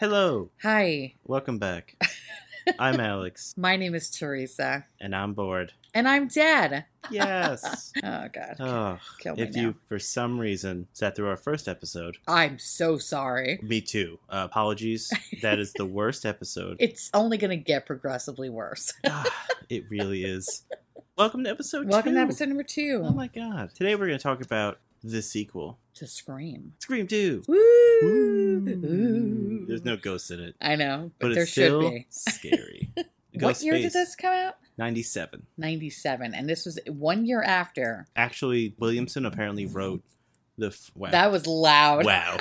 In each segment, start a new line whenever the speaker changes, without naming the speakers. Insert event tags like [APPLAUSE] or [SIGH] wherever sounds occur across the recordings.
Hello,
Hi,
welcome
[LAUGHS]
back. I'm Alex,
my name is Teresa,
and I'm bored.
and I'm dead. [LAUGHS]
Yes.
Oh God,
Oh,
kill me
if
now.
you, for some reason, sat through our first episode,
I'm so sorry.
me too. Uh, apologies. That is the worst
[LAUGHS]
episode.
It's only gonna get progressively worse.
Ah, it really is. Welcome to episode
Welcome
Oh, two.
to episode number two.
Oh my god. Today we're going to talk about the sequel,
to scream.
Scream 2.
Woo!
Ooh.
Ooh.
There's no ghosts in it,
I know, but,
but
there
it's still
should be.
scary.
[LAUGHS] What year did
Ghostface,
this come out?
97.
97. And this was one year after.
Actually, Williamson apparently wrote the. F- wow.
That was loud.
Wow.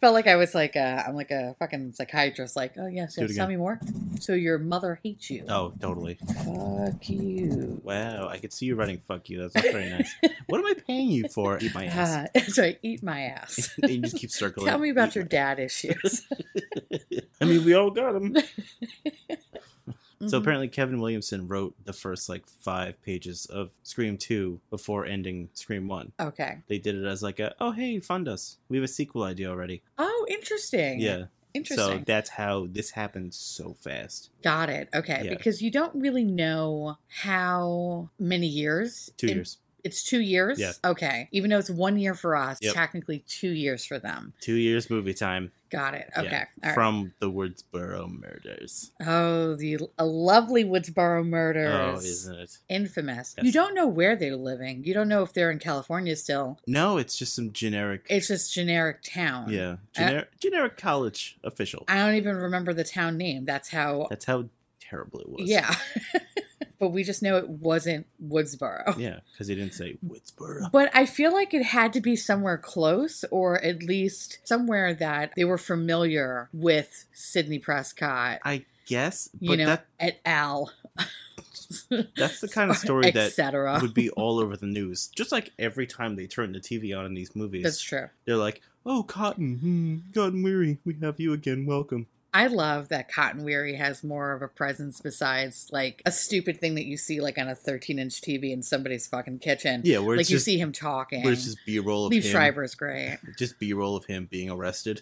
Felt like I was like a, I'm like a fucking psychiatrist. Like, oh yes,
Do it
yes. Tell me more. So your mother hates you. [LAUGHS]
Oh, totally.
Fuck you.
Wow, I could see you running. Fuck you. That's not very nice. what am I paying you for? Eat my
[LAUGHS]
ass.
Ah, That's right. Eat my ass. [LAUGHS]
and you just keep circling.
Tell me about
Eat
your dad issues.
[LAUGHS] my- I mean, we all got
[LAUGHS]
them. So
Mhm.
apparently, Kevin Williamson wrote the first like five pages of Scream Two before ending Scream One.
Okay.
They did it as like a, oh hey, fund us. We have a sequel idea already.
Oh, interesting.
Yeah. So
Interesting.
that's how this happened so fast.
Got it. Okay.
Yeah.
Because you don't really know how many years.
Two
It-
years.
It's two years?
Yeah.
Okay. Even though it's one year for us,
Yep.
technically two years for them.
Two years movie time.
Got it.
Yeah.
Okay. All right.
From the Woodsboro murders.
oh, the a lovely Woodsboro murders.
Oh, isn't it?
Infamous.
Yes.
You don't know where they're living. You don't know if they're in California still.
No, it's just some generic.
It's just generic town.
Yeah, Gener- generic college official.
I don't even remember the town name. That's how.
That's how terrible it was.
yeah. [LAUGHS] but we just know it wasn't Woodsboro.
yeah, because he didn't say Woodsboro.
But I feel like it had to be somewhere close, or at least somewhere that they were familiar with Sidney Prescott,
I guess, but
you know,
that
et al.
[LAUGHS] that's the
[LAUGHS]
kind of story that
etc.
would be all
[LAUGHS]
over the news. Just like every time they turn the TV on in these movies,
That's true.
they're like, "Oh, Cotton, hmm, Cotton Weary, we have you again. Welcome."
I love that Cotton Weary has more of a presence besides like a stupid thing that you see like on a 13 inch TV in somebody's fucking kitchen.
Yeah, where
like
it's
you
just
see him talking.
where it's just B roll of
Lee
him,
Schreiber is great.
just B roll of him being arrested.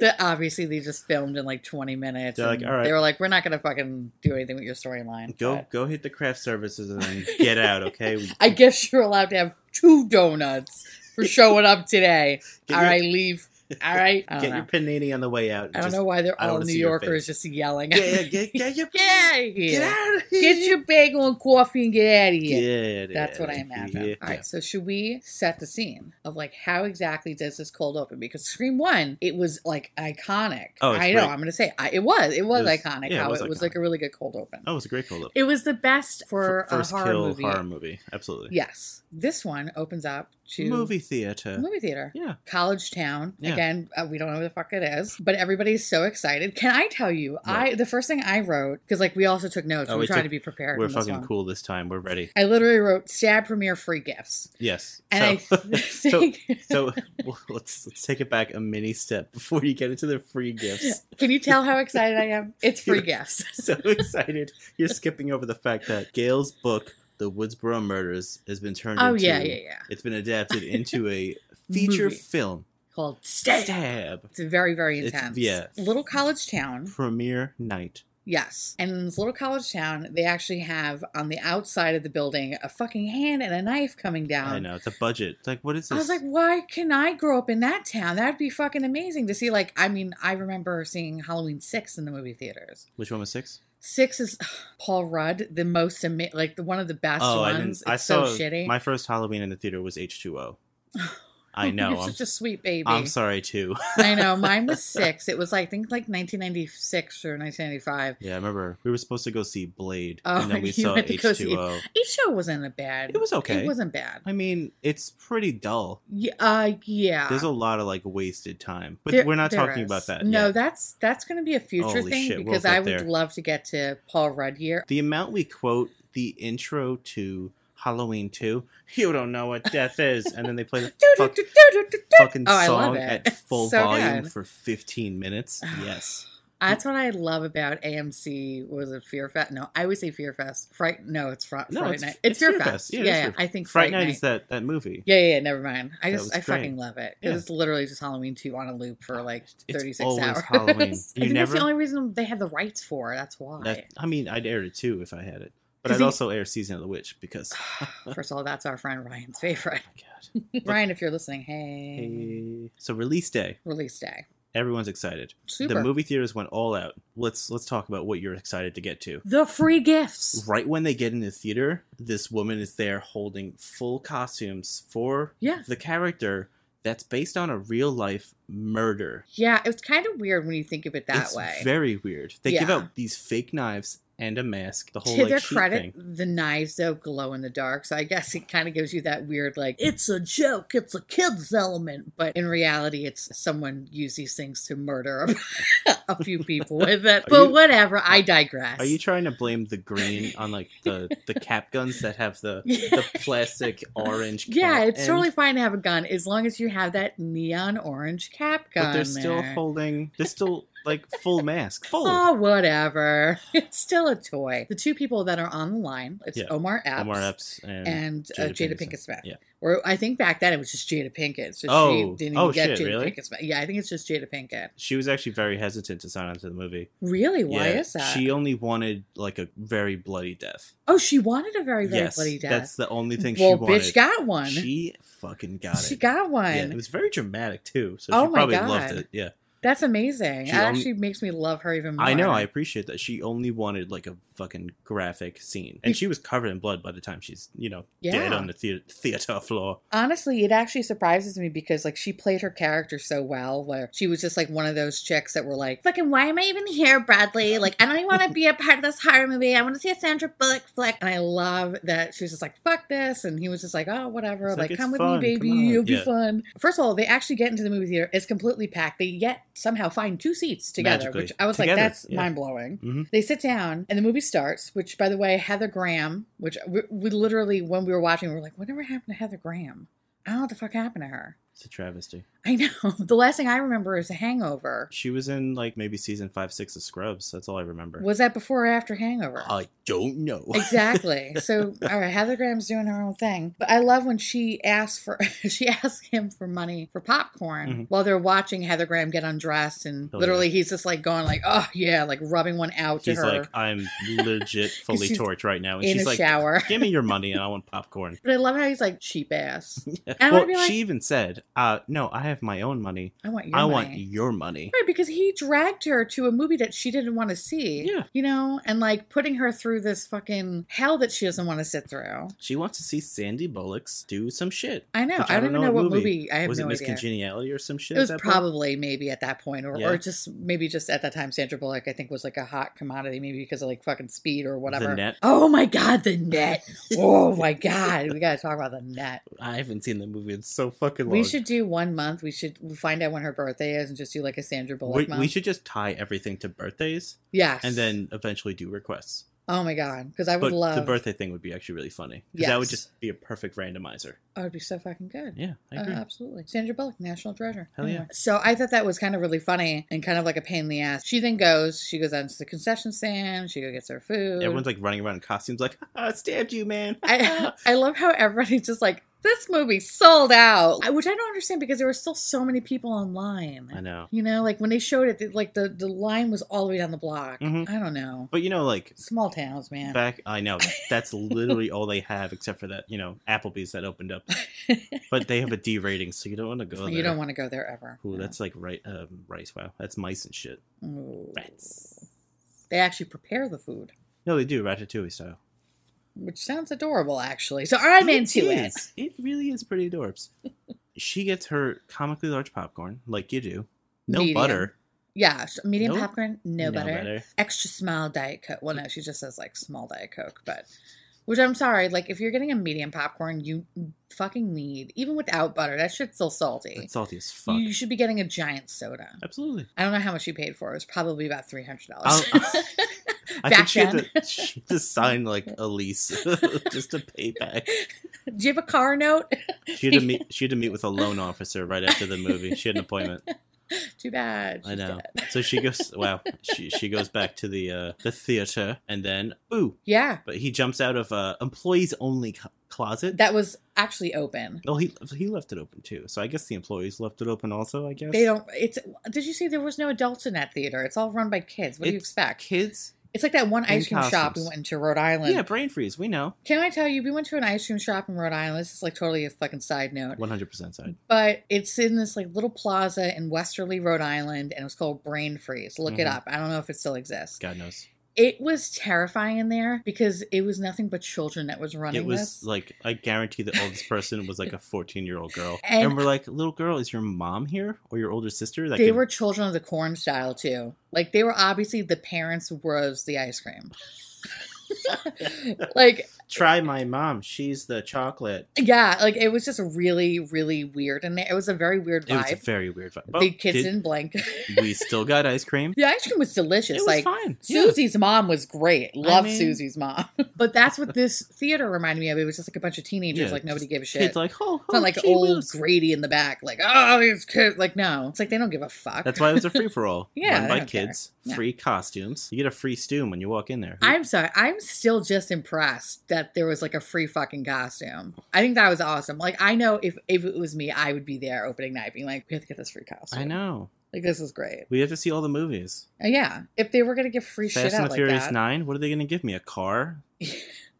That obviously they just filmed in like 20 minutes.
They're like,
and
"All right."
They were like, we're not gonna fucking do anything with your storyline.
Go
but-
go hit the craft services and
[LAUGHS]
then get out. Okay, We-
I guess you're allowed to have two donuts
[LAUGHS]
for showing up today.
Get
all
your-
right, leave. All right. I
Get
don't, know.
your panini on the way out. and
I don't
just-
know why they're
I don't
all
wanna
New
see your
Yorkers just yelling.
Yeah, yeah, get, get your
[LAUGHS] Get out of here.
Get
Get,
out of here.
your bagel and coffee and get out of here.
Get
That's what
outta
I imagine.
here.
All right, so should we set the scene of like how exactly does this cold open? Because Scream One, it was like iconic.
Oh, it's
I know.
great.
I'm gonna say I, it was. It was,
was-
iconic.
yeah, it
how
was
it was
iconic.
like a really good cold open.
Oh, it's a great cold
It was the best for
F- first
a horror
kill
movie.
horror movie. Absolutely.
Yes, this one opens up to
Movie theater.
movie theater
Yeah.
college town
Yeah.
again uh, we don't know who the fuck it is but everybody's so excited can i tell you i
Right.
the first thing i wrote because like we also took notes
Oh,
we
we
tried
took-
to be prepared
We're
on this
fucking
one.
cool this time. We're ready.
i literally wrote stab premiere free gifts
Yes.
and [LAUGHS]
so, [LAUGHS]
i think
so well, let's let's take it back a mini step before you get into the free
[LAUGHS]
gifts.
can you tell how excited i am it's free
You're-
gifts
So excited. You're skipping over the fact that Gail's book, The Woodsboro Murders, has been turned
oh
into
yeah yeah yeah
it's been adapted into
[LAUGHS]
a feature
Movie.
film.
called stab,
Stab.
it's very very
It's-
intense
yeah.
little college town
Premiere night.
Yes. And in this little college town, they actually have on the outside of the building a fucking hand and a knife coming down.
I know. It's a budget. It's like what is this?
I was like, why can I grow up in that town? That'd be fucking amazing to see. Like, I mean, I remember seeing Halloween 6 in the movie theaters.
Which one was six?
Six is Paul Rudd, the most ama- like the one of the best
Oh,
ones. It's so shitty.
My first Halloween in the theater was H2O.
[LAUGHS]
I know.
You're
I'm,
such a sweet baby.
I'm sorry too. [LAUGHS]
I know. Mine was six. It was like I think like 1996 or 1995.
Yeah, I remember we were supposed to go see Blade,
Oh, [LAUGHS]
and then we
you
saw
had to go
H2O.
see- Each show wasn't a bad.
It was okay.
It wasn't bad.
I mean, it's pretty dull.
Yeah, uh, yeah.
There's a lot of like wasted time, but
There-
we're not
there
talking about
is.
that.
No,
yet.
that's that's going to be a future
Holy
thing
shit, we'll
because
get
I would
there.
love to get to Paul Rudd here.
the amount we quote the intro to Halloween Two. You don't know what death is, and then they play
[LAUGHS]
the fuck,
Do-do-do-do-do-do.
fucking
Oh, I love
song
it.
at full
So
volume
good. [SIGHS]
for 15 minutes. Yes,
That's what I love about AMC. Was it Fear Fest? No, I always say Fear Fest. Fright? No, it's Fright,
No,
Fright
it's-
Night. It's,
it's
Fear,
Fear
Fest.
Fest. Yeah,
Yeah,
it
yeah,
is Fear-
I think
Fright Night is that that movie.
Yeah, yeah, yeah, never mind. I
That
just,
was
I
great.
fucking love it because
Yeah. Oh,
it's literally just Halloween two on a loop for like
It's
thirty six
always
hours. [LAUGHS]
Halloween.
I
You
think that's
never-
the only reason they had the rights for. That's why.
That [LAUGHS] I mean, I'd air it too if I had it, but
'Cause
I'd
[LAUGHS] he-
also air Season of the Witch because
First of all, that's our friend Ryan's [LAUGHS] favorite. [LAUGHS]
oh my god.
Ryan, if you're listening, hey,
Hey. So release day,
release day,
everyone's excited.
super.
The movie theaters went all out. Let's let's talk about what you're excited to get to.
The free gifts.
Right when they get in the theater, this woman is there holding full costumes for
Yeah.
the character that's based on a real life murder.
Yeah, it's kind of weird when you think of it that
it's
way.
very weird. They give
Yeah.
out these fake knives and a mask. The whole
to
like,
their
sheet
credit,
thing.
the knives though glow in the dark, so I guess it kind of gives you that weird like it's a joke, it's a kids element, but in reality, it's someone used these things to murder a, [LAUGHS] a
[LAUGHS]
few people with it.
Are
but
you-
whatever, I digress.
Are you trying to blame the green on like the the cap guns that have the
[LAUGHS] yeah.
the plastic orange? Cap
Yeah, it's
end?
totally fine to have a gun as long as you have that neon orange cap gun.
But they're still
there.
holding. They're still like full mask. Full.
Oh, whatever. [LAUGHS] It's still a toy. The two people that are on the line, it's
Yeah.
Omar Epps,
Omar Epps and,
and Jada, uh,
Jada
Jada
Pinkett
Pinkett Smith.
Yeah.
Or I think back then it was just Jada Pinkett. So
Oh.
she didn't
Oh,
even get
shit,
Jada
really?
Pinkett Smith. Yeah, I think it's just Jada Pinkett.
she was actually very hesitant to sign on to the movie.
Really? Why is that?
She only wanted like a very bloody death.
oh, she wanted a very, very
yes,
bloody death.
that's the only thing
well,
she wanted.
bitch got one. She
She fucking got
got,
it.
one.
Yeah, it was very dramatic too. So
Oh
she
my
probably
God.
loved it. Yeah,
That's amazing.
She
That
only-
actually makes me love her even more.
I know. I appreciate that. She only wanted like a fucking graphic scene, and she was covered in blood by the time she's you know dead
Yeah.
on the theater, theater floor.
honestly it actually surprises me because like she played her character so well where she was just like one of those chicks that were like fucking why am i even here bradley like i don't even want to be a part of this horror movie i want to see a sandra bullock flick and i love that she was just like fuck this and he was just like oh whatever
It's like,
like,
"It's
come with
fun,
me baby
come on."
you'll
Yeah.
be fun first of all they actually get into the movie theater it's completely packed they yet somehow find two seats together
Magically.
which i was
Together,
like that's
yeah.
mind-blowing
Mhm.
they sit down and the movie starts, which, by the way, Heather Graham, which we, we literally, when we were watching, we were like, whatever happened to Heather Graham? I don't know what the fuck happened to her. [LAUGHS]
It's a travesty.
I know. The last thing I remember is Hangover.
She was in like maybe season five, six of Scrubs. That's all I remember.
Was that before or after Hangover?
I don't know. [LAUGHS]
exactly. So, all right, Heather Graham's doing her own thing. But I love when she asks for, [LAUGHS] she asks him for money for popcorn
Mhm.
while they're watching Heather Graham get undressed. And
Oh, yeah.
literally, he's just like going like, oh, yeah, like rubbing one out to
He's
her
like, I'm
[LAUGHS]
legit fully
she's
torched right now, and
in
she's
a
like,
shower.
"Give me your money, and I want
[LAUGHS]
popcorn."
But I love how he's like,
[LAUGHS]
cheap ass. I
well,
wanna be like-
she even said, "Uh, no, I have my own money.
I want your
I
money.
want your money."
Right, because he dragged her to a movie that she didn't want to see.
Yeah.
You know, and like putting her through this fucking hell that she doesn't want to sit through.
She wants to see Sandy Bullocks do some shit.
I know.
Which
I, don't even know what movie. I have
was
no
it Miss
idea.
Congeniality or some shit?
It
at
was
that point?
probably maybe at that point, or,
Yeah.
or just maybe just at that time, Sandra Bullock, I think, was like a hot commodity, maybe because of like fucking speed or whatever.
The net.
Oh my God, the net.
[LAUGHS]
oh my God. We got to talk about the net.
I haven't seen the movie in so fucking long.
We should do one month. We should find out when her birthday is and just do like a Sandra Bullock
We,
month.
we should just tie everything to birthdays
Yes.
and then eventually do requests.
Oh my God. Because I would
But
love.
the birthday thing would be actually really funny because that would
Yes.
just be a perfect randomizer.
Oh, it'd be so fucking good.
Yeah, I
Uh,
agree.
absolutely. Sandra Bullock, National Treasure.
Hell yeah.
So I thought that was kind of really funny and kind of like a pain in the ass. She then goes, she goes out to the concession stand, she goes gets her food.
Everyone's like running around in costumes, like I stabbed you, man.
I, [LAUGHS] I love how everybody's just like, this movie sold out, I- which I don't understand because there were still so many people online.
[LAUGHS] I know,
You know, like when they showed it, like the, the line was all the way down the block.
Mhm.
I don't know.
but you know, like
Small towns, man.
back, I know
[LAUGHS]
that's literally all they have except for that, you know, Applebee's that opened
[LAUGHS]
up. But they have a D rating, so you don't want to go there.
you don't want to go there ever.
Ooh, that's like right, um, rice. Wow, that's mice and shit.
Ooh.
Rats.
They actually prepare the food.
No, they do Ratatouille style.
Which sounds adorable, actually. So I'm into it.
is. It really is pretty
[LAUGHS]
adorbs. she gets her comically large popcorn, like you do. No
Medium.
butter.
Yeah, s- medium
No-
popcorn, no, butter. [LAUGHS] Extra small diet coke. Well,
Mm.
no, she just says like small diet coke, but which I'm sorry, like if you're getting a medium popcorn, you fucking need even without butter. That shit's still salty.
It's salty as fuck.
You should be getting a giant soda.
Absolutely.
I don't know how much she paid for. It was probably about three hundred dollars.
I'll-
[LAUGHS]
I think
Back
she had,
then.
to, she had to sign like a lease [LAUGHS] just to pay back.
Do you have a car note? [LAUGHS] [LAUGHS]
She had to meet. She had to meet with a loan officer right after the movie. She had an appointment.
Too bad.
I
she's
know.
dead.
So she goes. Wow. She she goes back to the uh, the theater, and then ooh,
Yeah,
but he jumps out of uh, employees only co- closet.
that was actually open.
oh, he he left it open too. So I guess the employees left it open also. I guess
They don't. It's. Did you see there was no adults in that theater? It's all run by kids. What do you
It's
expect?
kids.
It's like that one
in
ice cream shop we
costumes.
went into Rhode Island.
Yeah, brain freeze. We know.
Can I tell you, we went to an ice cream shop in Rhode Island. This is like totally a fucking side note.
One hundred percent side.
But it's in this like little plaza in Westerly, Rhode Island, and it was called Brain Freeze. Look it
Mhm.
up. I don't know if it still exists.
God knows.
It was terrifying in there because it was nothing but children that was running
It was
this.
like I guarantee the oldest person was like a fourteen year old girl, and,
[LAUGHS] And-
we're like, little girl, is your mom here or your older sister? That
they
could-
were children of the corn style too. Like they were obviously the parents was the ice cream. [LAUGHS] like
try my mom. She's the chocolate.
yeah, like it was just really, really weird in there. It was a very weird
It was a
vibe.
very weird vibe.
the kids
did-
didn't blink.
we still got ice cream.
[LAUGHS] the ice cream was delicious.
it was
like
fine. Yeah.
Susie's mom was great. Love
mean-
Susie's mom. [LAUGHS] but that's what this theater reminded me of. It was just like a bunch of teenagers.
Yeah,
like nobody gave a shit.
Kids like, oh,
it's
oh
not like
gee
old
whiz."
Grady in the back, like, oh, these kids. Like, no. It's like they don't give a fuck.
That's why it was a free for all.
Yeah,
Run
they
by
don't care.
kids,
Yeah.
free costumes. You get a free stew when you walk in there.
[LAUGHS] I'm sorry. I'm still just impressed that there was like a free fucking costume. I think that was awesome. Like, I know if, if it was me, I would be there opening night being like, we have to get this free costume.
I know.
Like, this is great.
We have to see all the movies.
Uh, yeah. If they were going to give free
Fast
shit
and
out
the
like
Furious
that.
Nine. What are they going to give me? A car, a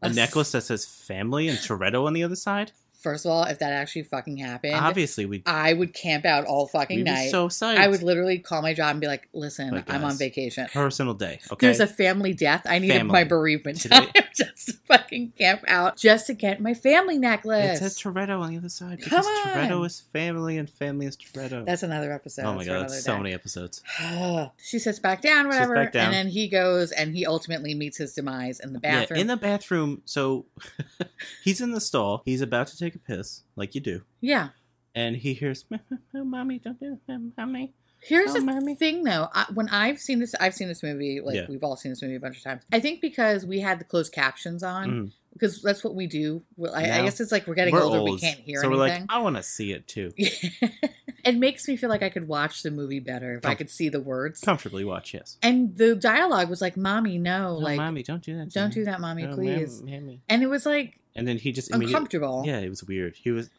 [LAUGHS] Us-
necklace that says family and Toretto on the other side.
First of all, if that actually fucking happened,
Obviously, we.
I would camp out all fucking
We'd be
night.
so psyched.
I would literally call my job and be like, listen,
Like,
I'm on
guys,
vacation.
personal day. Okay.
There's a family death. I need
Family.
my bereavement
Today-
time [LAUGHS] just to fucking camp out just to get my family
it
necklace.
says Toretto on the other side
Come
because Toretto
on.
is family and family is Toretto.
That's another episode.
oh my
for
god,
another
that's so
day.
many episodes.
[SIGHS] she sits back down,
Sits
whatever,
back down.
and then he goes and he ultimately meets his demise in the bathroom.
Yeah, in the bathroom. So [LAUGHS] he's in the stall. He's about to take a piss, like you do,
Yeah.
and he hears, "Meh, meh, meh, "Mommy, don't do that, mommy."
Here's
Oh,
the
mommy.
thing, though. I, when I've seen this, I've seen this movie. Like
Yeah.
we've all seen this movie a bunch of times. I think because we had the closed captions on,
Mhm.
because that's what we do. Well, I, I
Now,
guess it's like we're getting
We're
older, we
old,
can't hear
so we're like,
anything.
"I want to see it too."
[LAUGHS] it makes me feel like I could watch the movie better if I
Com-
could see the words.
Comfortably watch, yes.
And the dialogue was like, "Mommy, no,
Oh,
like,
mommy, don't do that. to
don't
me.
do that, mommy,
Oh,
please."
ma'am, mommy."
And it was like
And then he just immediately.
uncomfortable.
Yeah, it was weird. He was.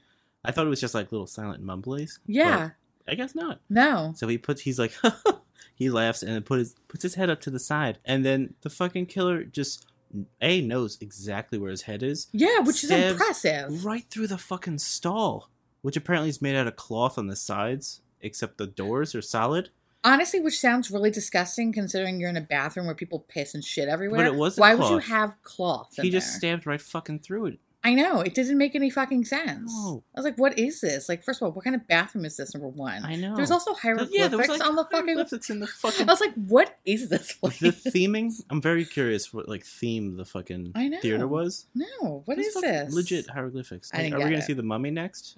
I thought it was just like little silent mumblies. but
Yeah,
I guess not.
no.
So he puts he's like [LAUGHS] he laughs and then put his puts his head up to the side and then the fucking killer just A knows exactly where his head is.
Yeah, which is
Stabs-
impressive.
Right through the fucking stall. Which apparently is made out of cloth on the sides, except the doors are solid.
Honestly, which sounds really disgusting considering you're in a bathroom where people piss and shit everywhere.
it wasn't
Why would you
cloth.
have cloth?
he
in
just
there?
stabbed right fucking through it.
I know it doesn't make any fucking sense.
No.
I was like, what is this? Like, first of all, what kind of bathroom is this? Number one.
I know.
There's also hieroglyphics
yeah, there was like
on the fucking.
hieroglyphics
[LAUGHS]
in the
I
fucking
was like, what is this place?
the theming. I'm very curious what like theme the fucking
[LAUGHS] I know.
theater was.
no, what
There's
is
fucking
this?
Legit hieroglyphics.
I
Like,
didn't
are we
get
gonna
it.
see the mummy next?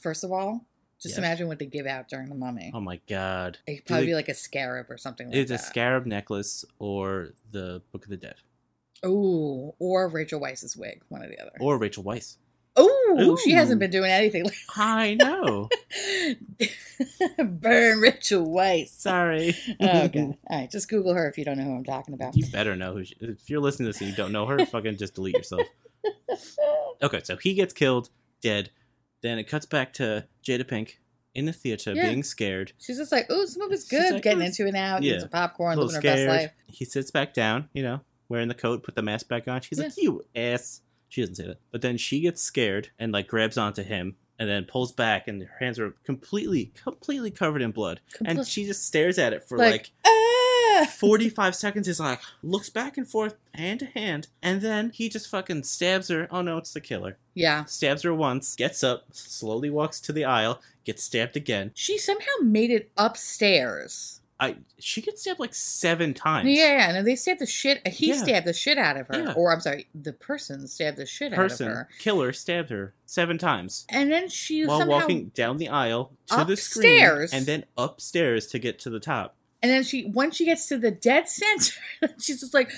First of all, just
Yes.
imagine what they give out during the mummy.
Oh my god.
it
do
could probably
they-
be like a scarab or something like
It's a
that.
scarab necklace or the Book of the Dead
Ooh, or Rachel Weisz's wig, one or the other.
or Rachel Weiss.
Oh, she
Ooh.
hasn't been doing anything.
I know.
[LAUGHS] Burn Rachel Weiss.
Sorry. [LAUGHS]
Okay. All right. Just Google her if you don't know who I'm talking about.
You better know who. She, if you're listening to this and you don't know her, fucking just delete yourself. Okay, so he gets killed, dead. Then it cuts back to Jada Pink in the theater
Yeah.
being scared,
[LAUGHS] She's just like, ooh, this movie's
She's
good.
like,
Getting
"Ooh,
into it now.
yeah,
Eating some popcorn,
a little
living her best life.
scared. He sits back down, you know, wearing the coat, put the mask back on. She's like, "You ass." She doesn't say that, but then she gets scared and like grabs onto him and then pulls back, and her hands are completely, completely covered in blood. and
Compl-
she just stares at it for like,
Like, [LAUGHS] ah!
45 seconds is like looks back and forth hand to hand and then he just fucking stabs her oh no it's the killer
Yeah.
stabs her once gets up slowly walks to the aisle gets stabbed again
She somehow made it upstairs.
i she gets stabbed like seven times
Yeah, yeah, no, they stabbed the shit. He
Yeah.
stabbed the shit out of her,
Yeah.
or I'm sorry, the person stabbed the shit
person
out of her,
killer stabbed her seven times
and then she
while
somehow
walking down the aisle to the
Upstairs.
screen and then upstairs to get to the top
And then she, once she gets to the dead center, [LAUGHS] she's just like,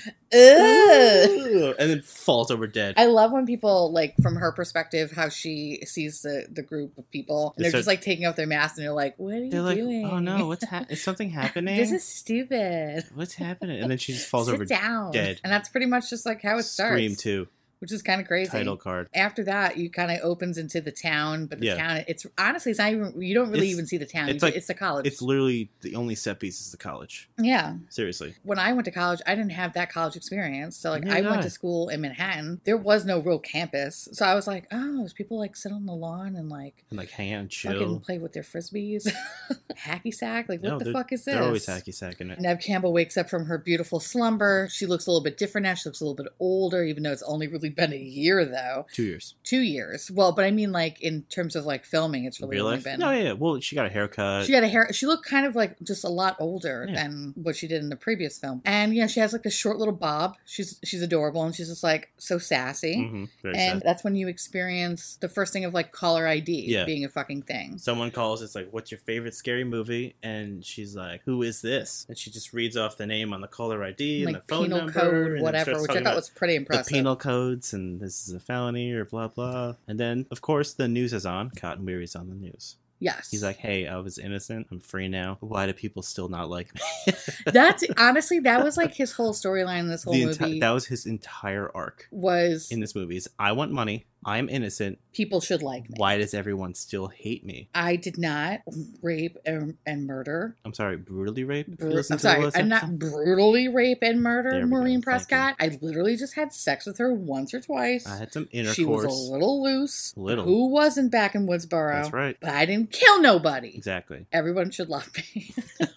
ugh.
Ooh, and then falls over dead.
I love when people like from her perspective how she sees the the group of people and
They
they're
start-
just like taking off their masks and they're like, "What are
They're
you
like,
doing?"
oh
[LAUGHS]
no, what's ha- is something happening?
this is stupid.
what's happening? And then she just falls
Sit
over.
down.
dead.
And that's pretty much just like how it starts,
Scream two
which is kind of crazy.
title card.
After that, you kind of opens into the town, but the
Yeah.
town it's honestly it's not even you don't really
It's-
even see the town.
it's
It's,
like-
it's the college.
It's literally the only set piece is the college.
yeah.
Seriously,
When I went to college, I didn't have that college experience. So like
Neither
I
did I.
went to school in Manhattan. There was no real campus. So I was like, "Oh, there's people like sit on the lawn and like
and like hang out and
fucking
chill.
play with their frisbees. [LAUGHS] hacky sack. Like, what
No,
the
they're-
fuck is this?
They're always hacky sacking it.
Nev Campbell wakes up from her beautiful slumber. She looks a little bit different now. She looks a little bit older, even though it's only really been a year, though.
Two years.
Two years. Well, but I mean, like, in terms of like filming, it's really
Real
only
life?
been.
No, yeah. yeah. Well, she got a haircut.
She had a hair. She looked kind of like just a lot older
Yeah.
than what she did in the previous film. And yeah, she has like a short little bob. She's she's adorable and she's just like so sassy.
Mhm, very
And
sad.
that's when you experience the first thing of like caller ID
Yeah.
being a fucking thing.
Someone calls. It's like, "What's your favorite scary movie?" And she's like, "Who is this?" And she just reads off the name on the caller ID and
like
the phone
penal
number, and
code,
then
whatever,
starts
which
talking
I thought
about
was pretty impressive.
the penal codes and this is a felony or blah blah. And then, of course, the news is on. Cotton Weary's on the news.
yes,
He's like, [LAUGHS] "Hey, I was innocent. I'm free now. Why do people still not like me?"
that's honestly that was like his whole storyline. in This whole
the
movie
enti- that was his entire arc
was
in this movie. Is I want money. I'm innocent.
people should like me.
Why does everyone still hate me?
I did not rape and, and murder.
I'm sorry, brutally raped.
Bru- I'm sorry, I'm not brutally rape and
There
murder
we go,
Maureen
thank you.
Prescott. I literally just had sex with her once or twice.
I had some
She was a
intercourse.
little loose.
Little.
Who wasn't back in Woodsboro?
That's right.
But I didn't kill nobody.
Exactly.
Everyone should love me, [LAUGHS]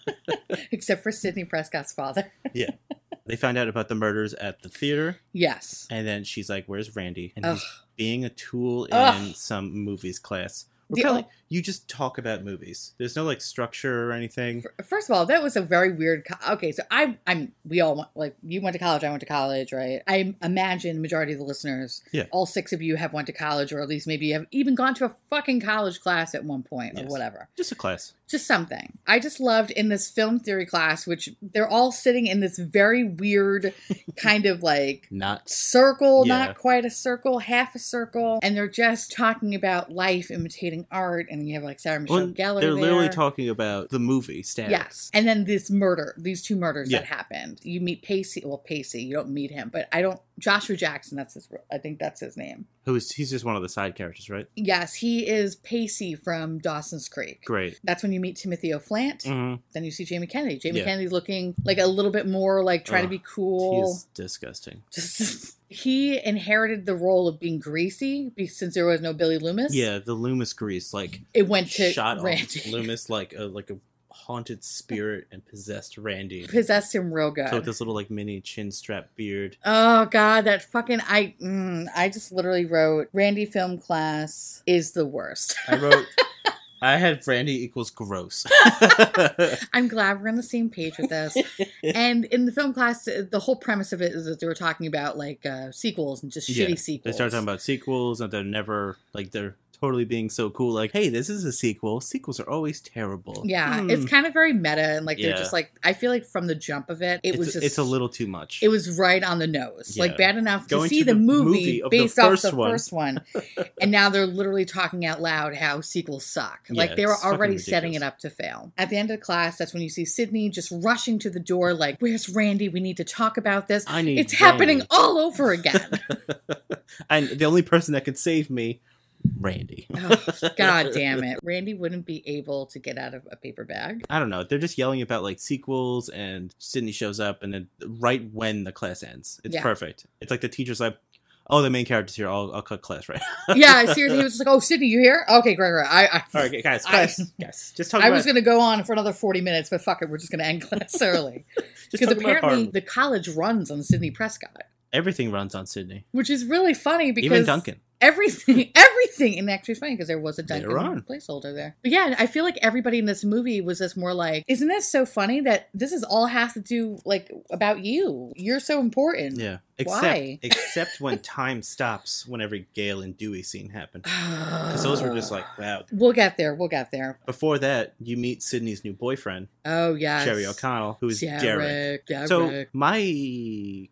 except for Sidney Prescott's father.
They find out about the murders at the theater,
Yes.
and then she's like, "Where's Randy?" And
Ugh.
he's being a tool in
Ugh.
some movies class. We're
The-
probably, you just talk about movies. There's no like structure or anything.
F- First of all, that was a very weird. Co- okay, so I, I'm. We all went, like you went to college. I went to college, right? I imagine majority of the listeners,
Yeah.
all six of you have went to college, or at least maybe have even gone to a fucking college class at one point or
Yes.
whatever.
Just a class.
Just something. I just loved in this film theory class, which they're all sitting in this
[LAUGHS]
very weird kind of like
Not
circle,
Yeah.
not quite a circle, half a circle, and they're just talking about life imitating art, and you have like Sarah Michelle
Well,
Gellar.
they're literally
there.
talking about the movie Stab.
Yes. And then this murder, these two murders
Yeah.
that happened. You meet Pacey. Well, Pacey, you don't meet him, but I don't. Joshua Jackson, that's his. I think that's his name.
Who is he's just one of the side characters, right?
Yes, he is Pacey from Dawson's Creek.
Great.
That's when you meet Timothy O'Flant.
Mhm.
Then you see Jamie Kennedy. Jamie
Yeah.
Kennedy's looking like a little bit more like trying to
Ugh,
be
He
cool.
is disgusting.
Just [LAUGHS] he inherited the role of being greasy be- since there was no Billy Loomis.
Yeah, the Loomis grease like
It went to
shot off
[LAUGHS] Randy.
Loomis like a like a haunted spirit and possessed Randy.
[LAUGHS] Possessed him real good.
So with this little like mini chin strap
[LAUGHS]
beard.
Oh god, that fucking I mm, I just literally wrote Randy film class is the worst. [LAUGHS]
I wrote I had Randy equals gross.
I'm glad we're on the same page
[LAUGHS]
with this. and in the film class, the whole premise of it is that they were talking about like uh, sequels and just
Yeah,
shitty
They
sequels.
start talking about sequels and they're never like they're totally being so cool like, hey, this is a sequel. Sequels are always terrible.
yeah,
Hmm.
it's kind of very meta and like they're
Yeah.
just like I feel like from the jump of it, it
it's,
was just
it's a little too much.
it was right on the nose.
Yeah.
Like bad enough
Going
to see
to
the,
the
movie
movie of the
based off
first
the
one. [LAUGHS]
first one, and now they're literally talking out loud how sequels suck.
Yeah,
like they were
it's fucking
already setting it
ridiculous.
up to fail. At the end of the class, that's when you see Sydney just rushing to the door, like, "Where's Randy? We need to talk about this."
I need
It's happening
Randy.
all
[LAUGHS]
over again. [LAUGHS]
and the only person that could save me, Randy.
oh, God damn it! Randy wouldn't be able to get out of a paper bag.
I don't know. They're just yelling about like sequels, and Sydney shows up, and then right when the class ends, it's
Yeah.
perfect. It's like the teacher's like, "Oh, the main character's here. I'll, I'll cut class right." now."
Yeah, seriously, he was just like, "Oh, Sydney, you here? Okay, great, great. I, I,
All right, guys,
I-
class, guys, just talk
I
about
was going to go on for another forty minutes, but fuck it, we're just going to end class [LAUGHS] early."
just
because
talk about
apparently
Harlem.
the college runs on Sydney Prescott,
everything runs on Sydney,
which is really funny because
even Duncan.
everything, [LAUGHS] everything. And actually, it's funny because there was a Dunkin'
Later on.
placeholder there. But yeah, I feel like everybody in this movie was just more like, isn't this so funny that this is all has to do like about you? You're so important. [SIGHS]
Yeah. Except,
Why?
except
[LAUGHS]
when time stops when every Gale and Dewey scene happened. Because those were
Ah.
just like, wow.
We'll get there. We'll get there.
Before that, you meet Sydney's new boyfriend,
Oh yes,
Sherry O'Connell, who is Derek.
Derek.
So my,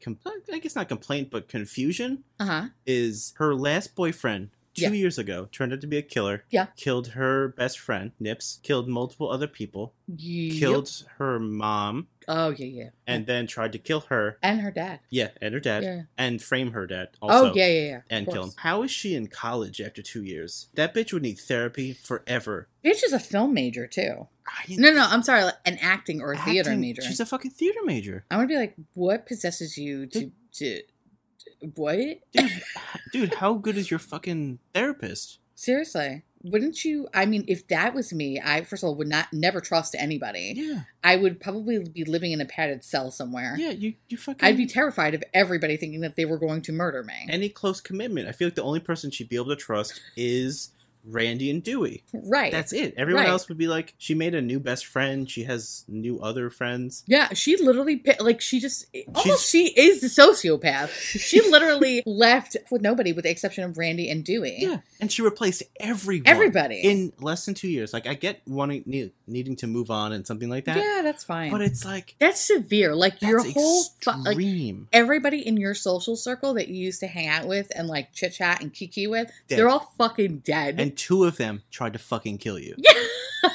compl- I guess not complaint, but confusion
uh huh.
is her last boyfriend two
Yeah.
years ago turned out to be a killer.
Yeah.
Killed her best friend, Nips. Killed multiple other people. Killed her mom.
Oh yeah, yeah.
And then tried to kill her.
and her dad.
Yeah, and her dad.
Yeah.
And frame her dad also.
oh yeah, yeah, yeah. Of
And kill him.
course.
How is she in college after two years? That bitch would need therapy forever.
Bitch is a film major too.
I
No, no, I'm sorry, like, an acting or a theater
acting-
major.
She's a fucking theater major.
I'm gonna be like, what possesses you to to, to what?
Dude, dude, how good is your fucking
[LAUGHS]
therapist?
Seriously. Wouldn't you? I mean, if that was me, I first of all would not never trust anybody.
Yeah,
I would probably be living in a padded cell somewhere.
yeah, you, you fucking.
I'd be terrified of everybody thinking that they were going to murder me.
any close commitment. I feel like the only person she'd be able to trust is Randy and Dewey.
right.
That's it. Everyone
Right.
else would be like, she made a new best friend. She has new other friends.
Yeah, she literally pi- like she just almost she is the
[LAUGHS]
sociopath. She literally left with nobody with the exception of Randy and Dewey.
Yeah, and she replaced everyone.
Everybody.
in less than two years. Like I get wanting need, needing to move on and something like that,
yeah, that's fine.
but it's like
that's severe. Like
that's
your whole fu- like
extreme.
everybody in your social circle that you used to hang out with and like chit chat and kiki with,
Dead.
they're all fucking dead.
and two of them tried to fucking kill you.
yeah.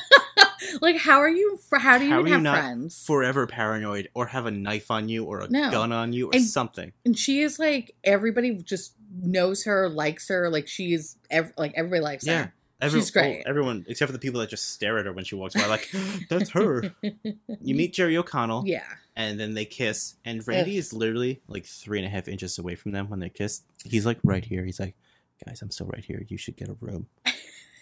like how are you fr- how do you
How
even
are you
have
not
friends?
Forever paranoid, or have a knife on you, or a
No.
gun on you, or
And-
something.
and she is like everybody just knows her, likes her, like she is ev- like everybody likes
Yeah.
her.
Every-
She's great.
oh, everyone except for the people that just stare at her when she walks by, like that's
[LAUGHS]
her. You meet Jerry O'Connell,
Yeah.
and then they kiss, and Randy is literally like three and a half inches away from them when they kiss. He's like right here. He's like, guys, I'm still right here. You should get a
[LAUGHS]
room.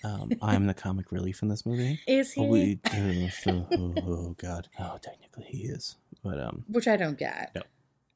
Um, I'm the comic relief in this movie.
Is he?
Holy, oh, oh, oh god! Oh, technically he is, but um,
which I don't get.
No.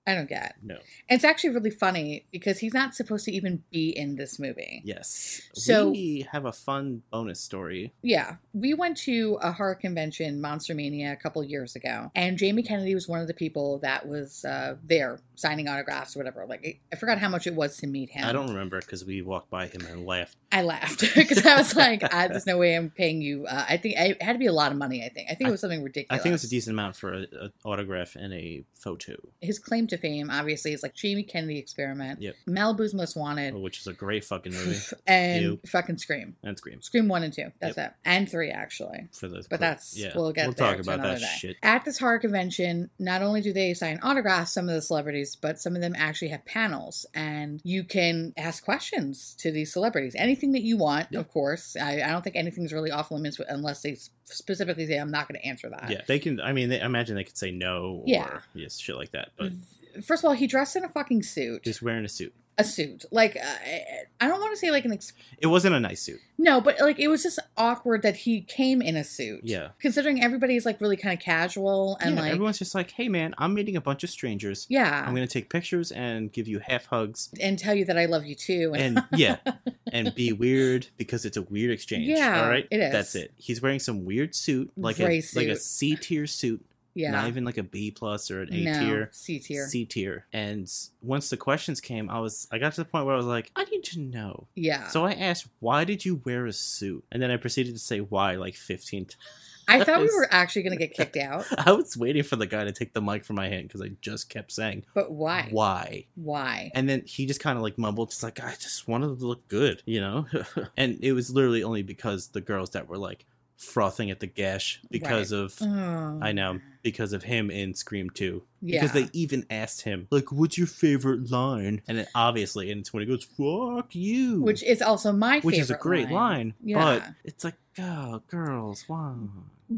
I don't get.
no.
It's actually really funny because he's not supposed to even be in this movie.
Yes.
So-
we have a fun bonus story.
Yeah. We went to a horror convention, Monster Mania, a couple years ago, and Jamie Kennedy was one of the people that was uh, there signing autographs or whatever. Like, I forgot how much it was to meet him.
I don't remember because we walked by him and laughed.
I laughed [LAUGHS] because
[LAUGHS]
I was like, I, there's no way I'm paying you. Uh, I think it had to be a lot of money, I think. I think it
I-
was something
I
ridiculous.
think it was a decent amount for an autograph and a photo,
His claim to fame, obviously, is like Jamie Kennedy experiment,
Yep.
Malibu's Most Wanted,
which is a great fucking movie.
[LAUGHS] and
Ew.
fucking Scream.
and screams
Scream one and two. That's it. And three actually.
for those.
But that's we'll get there to another day. At this horror convention, not only do they sign autographs, some of the celebrities, but some of them actually have panels, and you can ask questions to these celebrities. Anything that you want,
Yeah.
of course. I, I don't think anything's really off limits unless they s- specifically say, "I'm not going to answer that."
Yeah, they can. I mean, they, I imagine they could say no or
Yeah. Mm-hmm.
yes, shit like that. But
First of all, he dressed in a fucking suit.
just wearing a suit.
a suit, like uh, I I don't want to say like an. Ex-
It wasn't a nice suit.
no, but like it was just awkward that he came in a suit.
Yeah.
Considering everybody's like really kind of casual and
yeah,
like
everyone's just like, "Hey, man, I'm meeting a bunch of strangers.
Yeah.
I'm gonna take pictures and give you half hugs,
and tell you that I love you too. And,
and
[LAUGHS]
yeah, and be weird because it's a weird exchange.
Yeah,
all right,
it is.
That's it. He's wearing some weird suit, like
Gray
a like a
suit.
C tier suit,
yeah.
not even like a B plus or an A
No,
tier.
C tier.
C tier. And once the questions came, I was I got to the point where I was like, I need to know.
yeah.
So I asked, why did you wear a suit? And then I proceeded to say why like 15 times.
I thought we were actually going to get kicked out,
[LAUGHS] I was waiting for the guy to take the mic from my hand because I just kept saying,
but why? Why?
Why? And then he just kind of like mumbled, just like, I just wanted to look good, you know? [LAUGHS] and it was literally only because the girls that were like frothing at the gash because of,
Oh.
I know, because of him in Scream 2.
Yeah.
Because they even asked him, like, what's your favorite line? And then obviously, and it's when he goes, fuck you.
which is also my
which
favorite
is a great line. But
Yeah.
it's like, oh, girls, wow.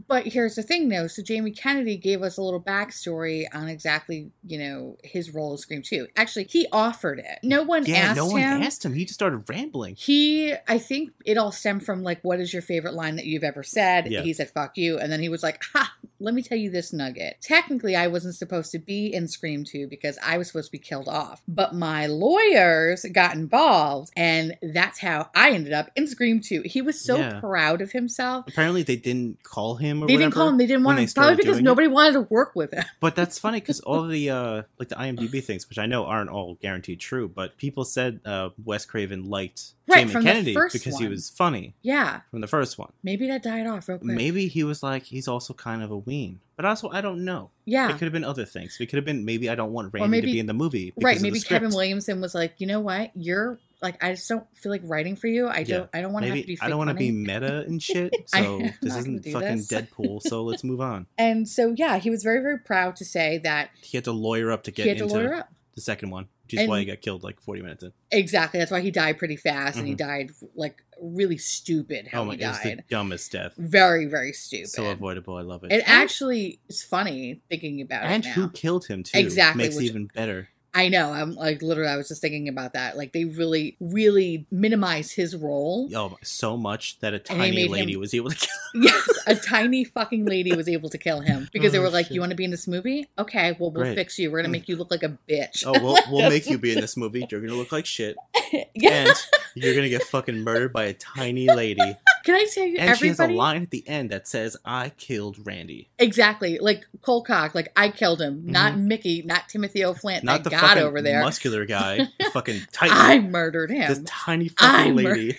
But here's the thing, though. So Jamie Kennedy gave us a little backstory on exactly, you know, his role in Scream 2. Actually, he offered it. No one
Yeah,
asked
no one
him.
asked him. He just started rambling.
He, I think it all stemmed from like, what is your favorite line that you've ever said?
Yeah.
He said, fuck you. And then he was like, ha, let me tell you this nugget. Technically, I wasn't supposed to be in Scream 2 because I was supposed to be killed off, but my lawyers got involved, and that's how I ended up in Scream 2. He was so
Yeah.
proud of himself.
Apparently, they didn't call him. Or
They didn't
whatever.
call him. They didn't
when
want
they
him.
started
Probably because
doing it.
nobody wanted to work with him.
But that's funny because
[LAUGHS]
all the uh, like the IMDb things, which I know aren't all guaranteed true, but people said uh, Wes Craven liked
Right,
Jamie
from the
Kennedy
first
because he
one.
was funny
Yeah,
from the first one.
maybe that died off real quick.
Maybe he was like he's also kind of a ween, but also I don't know.
Yeah.
It could have been other things. It could have been maybe I don't want Randy
maybe-
to be in the movie. Because
right
of
maybe
the script.
kevin williamson was like you know what you're like i just don't feel like writing for you i
Yeah.
don't i don't want to
Maybe
have to be
I don't
want to
be meta and shit.
[LAUGHS] I-
So
I'm
this
not gonna
isn't
do
fucking
this.
Deadpool. So let's move on.
and so yeah he was very very proud to say that
He had to lawyer up to get
he had to
into
lawyer up
the second one, which is why he
And-
got killed like forty minutes in.
exactly that's why he died pretty fast and he died like really stupid how
Mm-hmm. oh my,
he
it was the
died
dumbest death.
very very stupid
So avoidable. I love it.
it actually is funny thinking about
and
it now.
who killed him too
Exactly,
makes
which-
it even better.
I know. I'm like literally. I was just thinking about that. Like they really, really minimize his role.
Oh, so much that a
And they made
tiny
him-
lady was able to
[LAUGHS]
kill.
Yes, a tiny fucking lady was able to kill him because they
Oh,
were like,
shit.
"You want to be in this movie? Okay, well, we'll
Great.
fix you. We're gonna make you look like a bitch."
Oh, we'll, we'll make you be in this movie. You're gonna look like shit,
[LAUGHS] yeah.
and you're gonna get fucking murdered by a tiny
[LAUGHS]
lady.
Can I tell you,
And she has a
everybody?
line at the end that says, "I killed Randy."
Exactly, like Colcock. Like I killed him, not Mickey, not Timothy O'Flint,
Mm-hmm. Not
that
the
god
fucking
over there.
muscular guy,
[LAUGHS]
the fucking titan.
I murdered
this
him.
tiny
I
fucking
mur-
lady.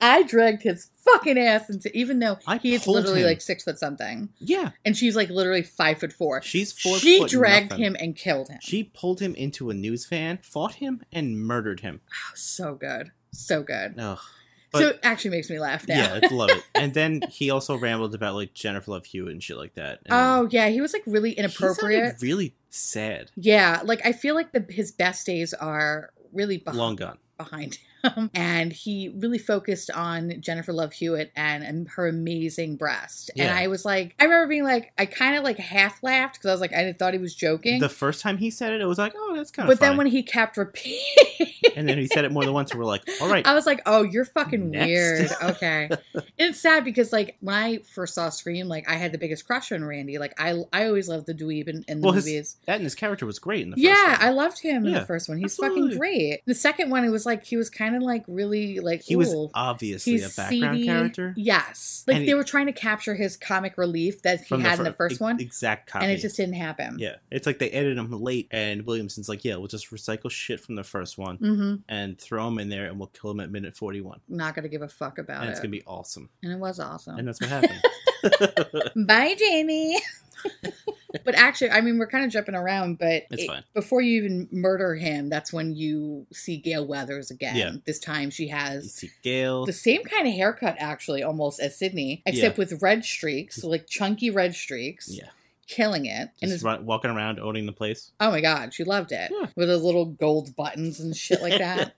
I dragged his fucking ass into, even though
I
he is
pulled
literally
him.
like six foot something,
yeah,
and she's like literally five foot four.
she's four.
she
foot
dragged
nothing.
him and killed him.
She pulled him into a news van, fought him, and murdered him.
so good, so good.
Ugh.
so
But-
it actually makes me laugh now.
Yeah, I love it. And then he also rambled about like Jennifer Love Hewitt and shit like that. And
Oh yeah, he was like really
he sounded
inappropriate.
really sad.
Yeah, like I feel like the his best days are really beh-
Long gone.
behind him, [LAUGHS] and he really focused on Jennifer Love Hewitt and, and her amazing breast.
Yeah.
And I was like, I remember being like, I kind of like half laughed because I was like, I thought he was joking.
The first time he said it, it was like, oh, that's kind of.
but then when he kept repeating,
and then he said it more than once, we're
[LAUGHS]
like, [LAUGHS] all right,
I was like, "Oh, you're fucking
Next. [LAUGHS]
weird." Okay, and it's sad because like when I first saw Scream, like I had the biggest crush on Randy. Like I, I always loved the dweeb in, in the
Well, his-
movies.
that and his character was great in the
yeah,
first.
I
one.
loved him in
Yeah,
the first one. He's
absolutely.
fucking great. The second one, it was like he was kind of like really like
he was
ooh,
obviously a
he's
background
seedy.
character.
Yes, like
And
they
he-
were trying to capture his comic relief that he had in the
fir-
first
ex-
one,
exact copy.
and it just didn't happen.
yeah, it's like they edited him late, and Williamson's like, yeah, we'll just recycle shit from the first one
hmm
and throw him in there, and we'll kill him at minute forty-one,
Not gonna give a fuck about
and
it. Oh.
it's gonna be awesome.
and it was awesome.
And that's what happened.
[LAUGHS] Bye,
[LAUGHS]
Jamie. but actually, I mean, we're kind of jumping around, but
It's fine.
before you even murder him, that's when you see Gail Weathers again.
Yeah.
This time she
you
has
see Gail.
the same kind of haircut, actually, almost as Sydney, except with red streaks, so like chunky red streaks,
Yeah,
killing it. And
just
it's,
run, walking around owning the place.
oh my God, she loved it
Yeah.
with those little gold buttons and shit
[LAUGHS]
like that.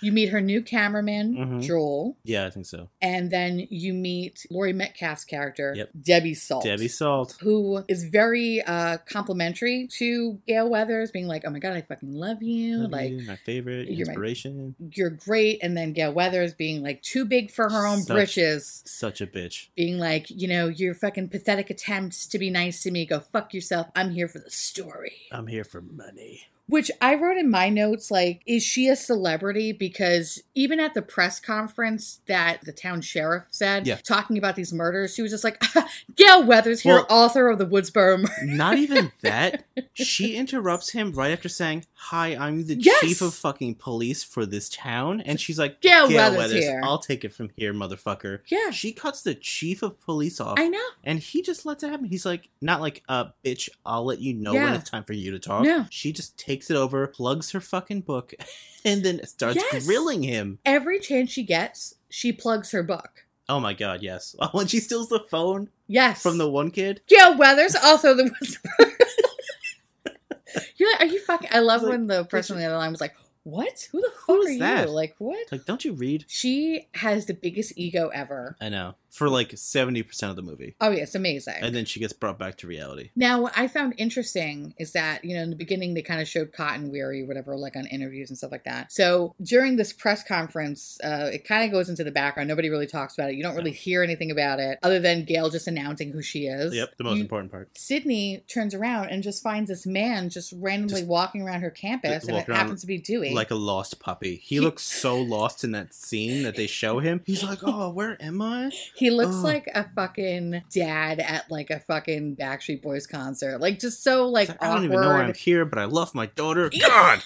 you meet her new cameraman,
Mhm.
Joel,
Yeah, I think so.
and then you meet Laurie Metcalf's character,
Yep.
Debbie Salt.
Debbie Salt.
who is very uh complimentary to Gail Weathers, being like, "Oh my god, I fucking love you,"
Love
like
you, my favorite
you're my-
inspiration.
you're great, and then Gail Weathers being like too big for her own
Such-
britches,
Such a bitch.
being like, you know, your fucking pathetic attempts to be nice to me, go fuck yourself. I'm here for the story.
I'm here for money.
Which I wrote in my notes, like, is she a celebrity? Because even at the press conference that the town sheriff said,
Yeah.
talking about these murders, she was just like, [LAUGHS] Gail Weathers here,
Well-
author of the Woodsboro murder.
Not even
[LAUGHS]
that. She interrupts him right after saying, "Hi, I'm the
Yes!
chief of fucking police for this town," and she's like,
[LAUGHS] Gail,
[LAUGHS] "Gail
Weathers,
Weathers,
here.
I'll take it from here, motherfucker."
yeah,
She cuts the chief of police off,
I know.
and he just lets it happen. He's like, "Not like, uh, bitch, I'll let you know when
Yeah.
it's time for you to talk."
No.
She just takes it over, plugs her fucking book, [LAUGHS] and then starts
Yes.
grilling him.
every chance she gets, she plugs her book.
Oh my god, yes. [LAUGHS] When she steals the phone
Yes.
from the one kid,
Gail Weathers, also the whisperer. [LAUGHS] You're like, are you fucking? I love
Like,
when the person on the other line was like, "What? Who the fuck
Who
are
is that?"
you? Like, what?"
like, don't you read?
She has the biggest ego ever.
I know. for like 70% of the movie.
Oh yeah, it's amazing.
And then she gets brought back to reality.
Now, what I found interesting is that, you know, in the beginning, they kind of showed Cotton weary, whatever, like on interviews and stuff like that. So during this press conference, uh, it kind of goes into the background. Nobody really talks about it. You don't really hear anything about it other than Gail just announcing who she is.
Yep, the most
You-
important part.
Sydney turns around and just finds this man just randomly
Just-
walking around her campus,
Just
and it
walking around
happens to be Dewey.
Like a lost puppy. He,
He-
looks so lost in that scene that they show him. He's
[LAUGHS]
like, oh, where am I?
he looks
Ugh.
like a fucking dad at like a fucking Backstreet Boys concert, like just so
He's
like
like, I don't
awkward.
even know why I'm here, but I love my daughter. God!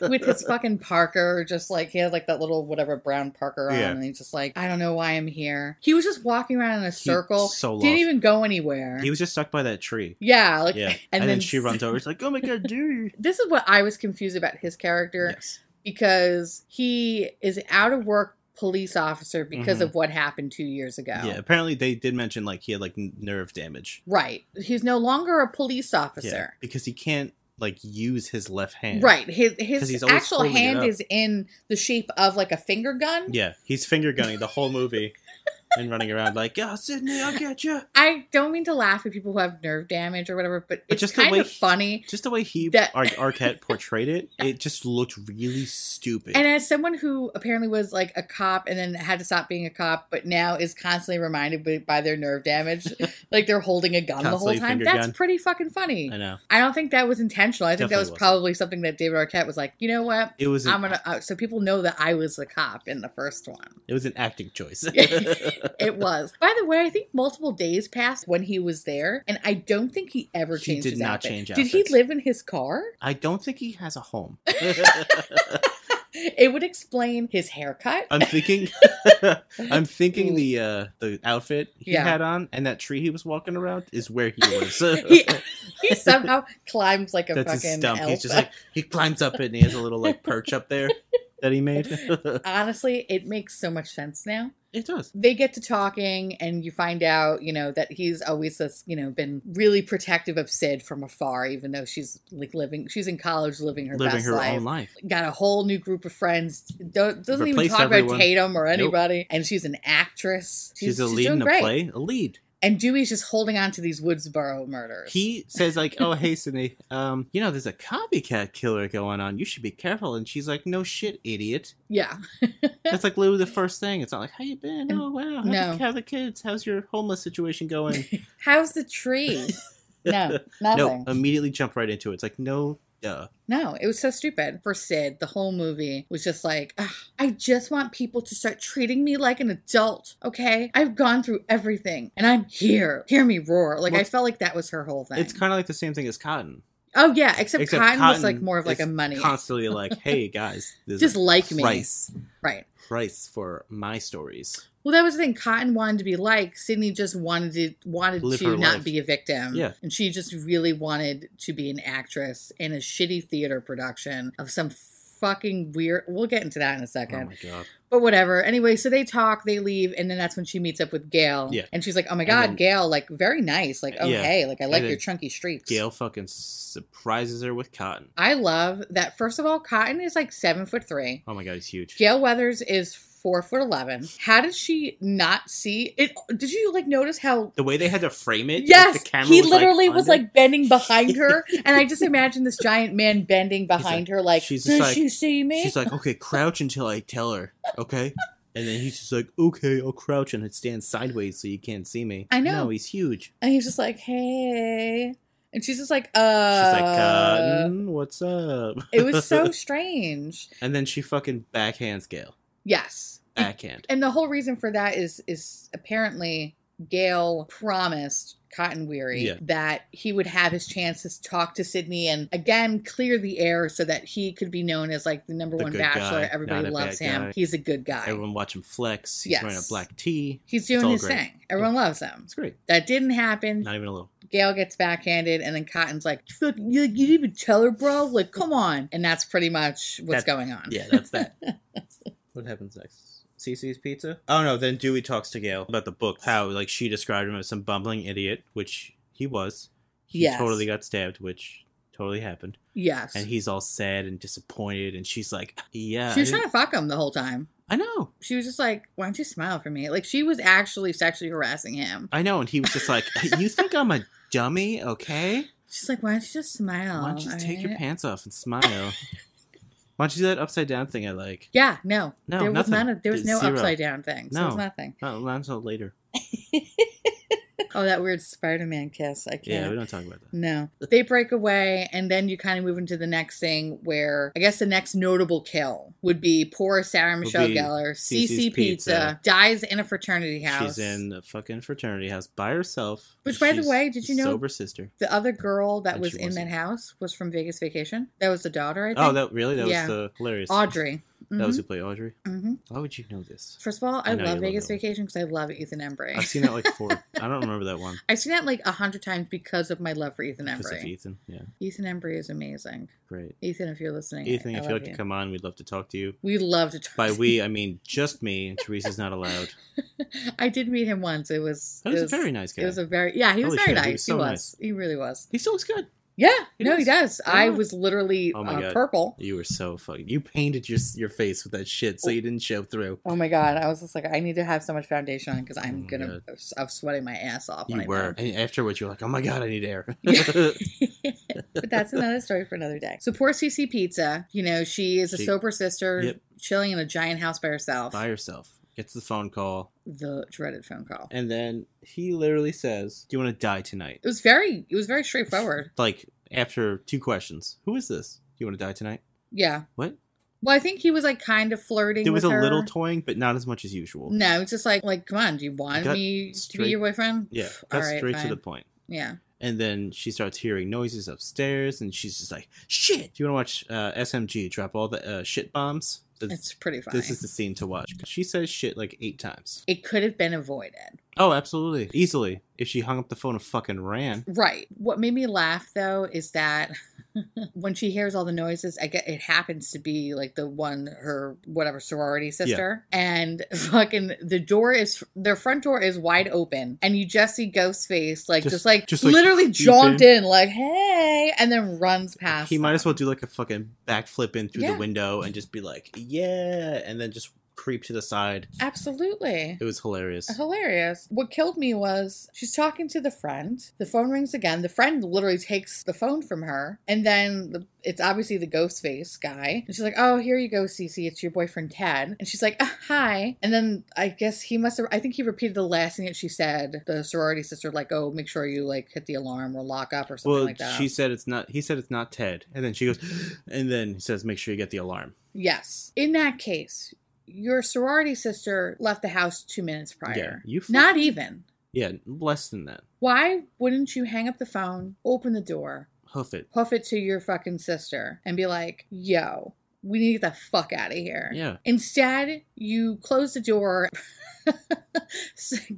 with his fucking Parker, just like he had like that little whatever brown Parker on,
Yeah.
and he's just like, I don't know why I'm here. He was just walking around in a circle,
so lost.
didn't even go anywhere.
He was just stuck by that tree.
yeah, like,
Yeah.
and,
And, then, she runs over. She's like, oh my God, dude.
This is what I was confused about his character
Yes.
because he is out of work police officer because
Mhm.
of what happened two years ago.
Yeah, apparently they did mention like he had like n- nerve damage.
Right. He's no longer a police
Yeah,
officer.
because he can't like use his left hand.
Right. His
'Cause
his
he's always
actual
holding it
hand
up.
is in the shape of like a finger gun.
Yeah, he's finger gunning the whole movie and running around like, "Yeah, Sydney, I'll get you."
I don't mean to laugh at people who have nerve damage or whatever, but,
But
it's
just the
kind
way
of
he-
funny.
Just the way he
That-
Ar-
[LAUGHS]
Arquette portrayed it, it just looked really stupid.
And as someone who apparently was like a cop and then had to stop being a cop, but now is constantly reminded by, by their nerve damage,
[LAUGHS]
like they're holding a gun
Constantly
the whole time.
finger
That's
gun.
pretty fucking funny.
I know
I don't think that was intentional. I think that
Definitely
was
wasn't.
probably something that David Arquette was like, you know what?
it was an,
I'm gonna uh, so people know that I was the cop in the first
[LAUGHS]
one.
it was an acting choice.
it was. By the way, I think multiple days passed when he was there, and I don't think he ever
He
changed.
did
his
not
outfit.
change
Did he
outfits.
live in his car?
[LAUGHS] I don't think he has a home.
[LAUGHS] It would explain his haircut.
I'm
[LAUGHS]
thinking, I'm thinking the uh, the outfit he
Mm. Yeah.
had on and that tree he was walking around is where he
[LAUGHS]
lives. [LAUGHS]
he, he somehow climbs like a
That's his
fucking
stump.
elf.
He's just like he climbs up it and he has a little like perch up
[LAUGHS]
there that he made.
Honestly, it makes so much sense now.
[LAUGHS] it does.
They get to talking, and you find out, you know, that he's always this, you know, been really protective of Sid from afar, even though she's like living, she's in college, living her
Living
best
her
life.
own life.
Got a whole new group of friends. Don't, doesn't even
Replaced
talk about
everyone.
Tatum or
Nope.
anybody. And she's an actress.
She's, a lead in a play. A lead.
And Dewey's just holding on to these Woodsboro murders.
He says like, "Oh,
[LAUGHS]
hey, Sydney, um, you know, there's a copycat killer going on. You should be careful." And she's like, "No shit, idiot."
yeah.
That's like
[LAUGHS]
literally the first thing. It's not like, "How you been? Oh, wow. How,
No.
the, how the kids? How's your homeless situation
[LAUGHS]
going?"
How's the tree?
[LAUGHS]
No,
no,
nothing.
immediately jump right into it. It's like, no, duh.
No, it was so stupid. For Sid, the whole movie was just like, "Ugh, I just want people to start treating me like an adult, okay? I've gone through everything and I'm here. Hear me roar. Like,
Well,
I felt like that was her whole thing.
It's kind of like the same thing as Cotton.
oh, yeah, except,
except
Cotton, was
Cotton
like more of like a
is
money.
Constantly like,
[LAUGHS]
"Hey guys, there's
Just
a
like me.
price,
Right.
price for my stories."
Well, that was the thing. Cotton wanted to be like Sydney. Just wanted to wanted
Live
to
her
not
life.
be a victim.
Yeah.
and she just really wanted to be an actress in a shitty theater production of some fucking weird. We'll get into that in a second.
Oh my god.
But whatever. Anyway, so they talk, they leave, and then that's when she meets up with Gail.
Yeah.
And she's like, "Oh my
And
god,
then-
Gail! Like very nice. Like oh
Yeah.
hey, like I like
then
your chunky streaks."
Gail fucking surprises her with cotton.
I love that. First of all, Cotton is like seven foot three.
Oh my god, he's huge.
Gail Weathers is four foot eleven. How did she not see it? Did you like notice how?
The way they had to frame it.
Yes,
like the camera
he
was,
literally was
under-
like bending
[LAUGHS]
behind her, and I just imagine this giant man bending behind her, like,
she's
"Does
just like-
she see me?"
She's like, okay, crouch until I tell her, okay? And then he's just like, okay, I'll crouch and it stands sideways so you can't see me.
I know.
No, he's huge.
and he's just like, "Hey," and she's just like,
She's
"Uh."
like, uh, Cotton, what's up?
It
[LAUGHS]
was so strange.
and then she fucking backhands Gail.
Yes.
Backhand.
And the whole reason for that is is apparently Gail promised Cotton Weary
Yeah.
that he would have his chance to talk to Sydney and again clear the air so that he could be known as like the number
The
one
good
bachelor.
guy,
Everybody
not a
loves
bad
him.
guy.
Everyone's He's a good guy.
Everyone watch him flex. He's
Yes.
wearing a black tee.
He's
It's
doing
all
his
great.
thing. Everyone loves him.
It's great.
That didn't happen.
Not even a little.
Gail gets backhanded, and then Cotton's like, "Fuck, "You, you didn't even tell her, bro. Like, come on." And that's pretty much what's
That-
going on.
Yeah, that's that.
[LAUGHS]
what happens next? CC's pizza? Oh no, then Dewey talks to Gail about the book, how like she described him as some bumbling idiot, which he was. He
Yes.
totally got stabbed, which totally happened.
Yes.
And he's all sad and disappointed and she's like, Yeah.
she
I
was trying
didn't,
to fuck him the whole time.
I know.
She was just like, "Why don't you smile for me?" Like she was actually sexually harassing him.
I know. And he was just like, You think I'm a dummy, okay?
She's like, "Why don't you just smile?"
Why don't you just take your
alright?"
pants off and smile? Why don't you do that upside down thing I like?
Yeah, no,
No,
there was
nothing.
none of there was no
Zero.
upside down things. There was
No.
nothing.
Not not until later.
Oh, that weird Spider-Man kiss. I can't.
Yeah, we don't talk about that.
No. They break away, and then you kind of move into the next thing where I guess the next notable kill would be poor Sarah Michelle
be
Gellar,
CeCe's
CC Pizza,
Pizza.
dies in a fraternity house.
She's in a fucking fraternity house by herself.
Which, by the
She's
way, did you know-
sober sister?
The other girl that
And
was
she
in that
wasn't.
house was from Vegas Vacation. That was the daughter, I think.
Oh, that really? That
Yeah.
was the hilarious.
Audrey.
That was
Mhm,
who played Audrey.
mhm.
Why would you know
[LAUGHS]
this?
First of all, I,
I know you
love
love
Vegas
that one.
Vacation because I love Ethan Embry.
I've seen that like four. I don't remember that
[LAUGHS]
one.
I've seen that like a hundred times because of my love for Ethan
Because of
Embry.
Ethan. Yeah,
Ethan Embry is amazing.
great.
Ethan, if you're listening, I-
Ethan,
I
if you'd
love
like
you.
to come on, we'd love to talk to you.
we love to talk.
By
[LAUGHS]
we, I mean just me. Teresa's not allowed.
I did meet him once. It was
But he's
it
a very nice guy.
It was a very yeah. He was
Holy
very
shit,
nice.
he
He was.
was so nice.
He really was.
He still looks good.
Yeah.
He
no, he does. I
Yeah.
was literally
Oh my
uh,
God.
purple.
You were so fucking. You painted your your face with that shit, so you didn't show through.
Oh my god! I was just like, I need to have so much foundation on because
Oh
I'm
my
gonna.
God.
I'm sweating my ass off. when
You
I'm
were.
done.
And afterwards, you're like, oh my god, I need
[LAUGHS]
air. [LAUGHS]
but that's another story for another day. So poor CC Pizza. You know, she is a
She-
sober sister,
Yep.
chilling in a giant house by herself.
By herself, gets the phone call,
The dreaded phone call.
and then he literally says, "Do you want to die tonight?"
It was very. It was very straightforward.
Like after two questions, who is this? Do you want to die tonight?
Yeah.
What?
Well, I think he was like kind of flirting.
There was a
with her.
little toying, but not as much as usual.
No, it's just like, like, come on, do you want
Got
me to be
straight-
your boyfriend?
Yeah,
Pff,
got straight
fine.
to the point.
Yeah,
And then she starts hearing noises upstairs, and she's just like, "Shit!" Do you want to watch uh, SMG drop all the uh, shit bombs? That's-
it's pretty funny.
This is the scene to watch. She says shit like eight times.
it could have been avoided.
Oh, absolutely. Easily. If she hung up the phone and fucking ran.
Right. What made me laugh though is that [LAUGHS] when she hears all the noises, I get it happens to be like the one her whatever sorority sister, and [LAUGHS] fucking the door is their front door is wide open, and you just see Ghostface like just,
Just-
like
just, like,
literally
peeping.
jaunt in like hey, and then runs past.
He might as
them.
well do like a fucking backflip in through
Yeah.
the window and just be like, yeah, and then just creep to the side.
absolutely.
It was hilarious.
Hilarious. What killed me was she's talking to the friend. The phone rings again. The friend literally takes the phone from her. And then the, it's obviously the ghost face guy. And she's like, Oh, here you go, Cece. It's your boyfriend, Ted. And she's like, "Ah, Hi. And then I guess he must have, I think he repeated the last thing that she said. The sorority sister, like, Oh, make sure you like hit the alarm or lock up or something
Well,
like that.
she said it's not, he said it's not Ted. And then she goes, [GASPS] and then he says, make sure you get the alarm.
yes. In that case, your sorority sister left the house two minutes prior.
Yeah. You fuck-
Not even.
Yeah, less than that.
Why wouldn't you hang up the phone, open the door,
Hoof it.
hoof it to your fucking sister, and be like, yo, we need to get the fuck out of here?
Yeah.
Instead, you close the door, [LAUGHS]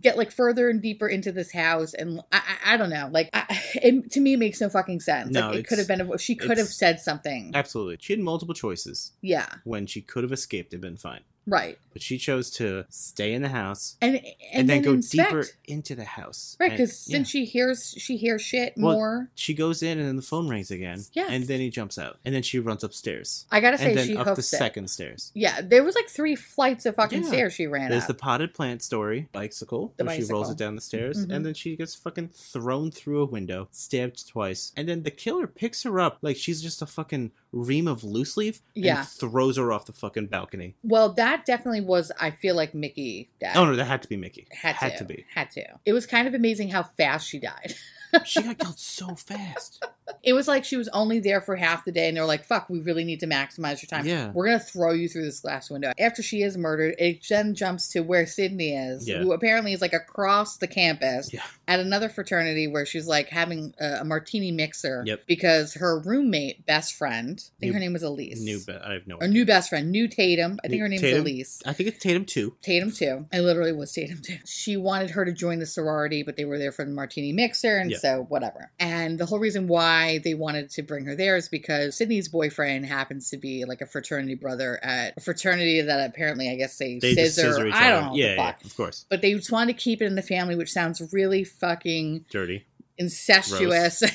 get like further and deeper into this house, and I, I, I don't know. Like, I, it, to me, it makes no fucking sense.
No,
like, it
it's-
could have been. She could have
it's-
said something.
Absolutely. She had multiple choices
yeah,
when she could have escaped and been fine.
right.
But she chose to stay in the house
And and,
and, then, go
inspect.
deeper into the house.
Right,
And-
because
yeah.
then she hears she hears shit
Well,
more.
she goes in and then the phone rings again.
Yeah.
And then he jumps out. And then she runs upstairs.
I gotta say,
And
she
then up the
hoofs it.
second stairs.
Yeah, there was like three flights of fucking
Yeah.
stairs she ran
There's
up.
the potted plant story, bicycle,
The
where she rolls
bicycle.
it down the stairs,
Mhm.
and then she gets fucking thrown through a window, stabbed twice, and then the killer picks her up like she's just a fucking ream of loose leaf and
Yeah.
throws her off the fucking balcony.
Well, that definitely was. I feel like Mickey died.
Oh no, that had to be Mickey.
had, to,
be.
had to. It was kind of amazing how fast she died. [LAUGHS]
She got killed so fast.
It was like she was only there for half the day, and they were like, "Fuck, we really need to maximize your time.
Yeah.
We're gonna throw you through this glass window." After she is murdered, it then jumps to where Sydney is,
Yeah.
who apparently is like across the campus
Yeah.
at another fraternity where she's like having a, a martini mixer
Yep.
because her roommate, best friend, I think
New-
her name was Elise,
New, but I have no
or
idea.
new best friend, new Tatum. I think
New
her name's
Tatum?
Elise.
I think it's Tatum too.
Tatum too. I literally was Tatum too. She wanted her to join the sorority, but they were there for the martini mixer, and
Yeah.
so whatever. And the whole reason why they wanted to bring her there is because Sydney's boyfriend happens to be like a fraternity brother at a fraternity that apparently I guess they,
They just
scissor.
scissor each
I don't
other.
know
yeah,
what the
yeah,
fuck.
of course.
But they just wanted to keep it in the family, which sounds really fucking
Dirty.
incestuous. [LAUGHS]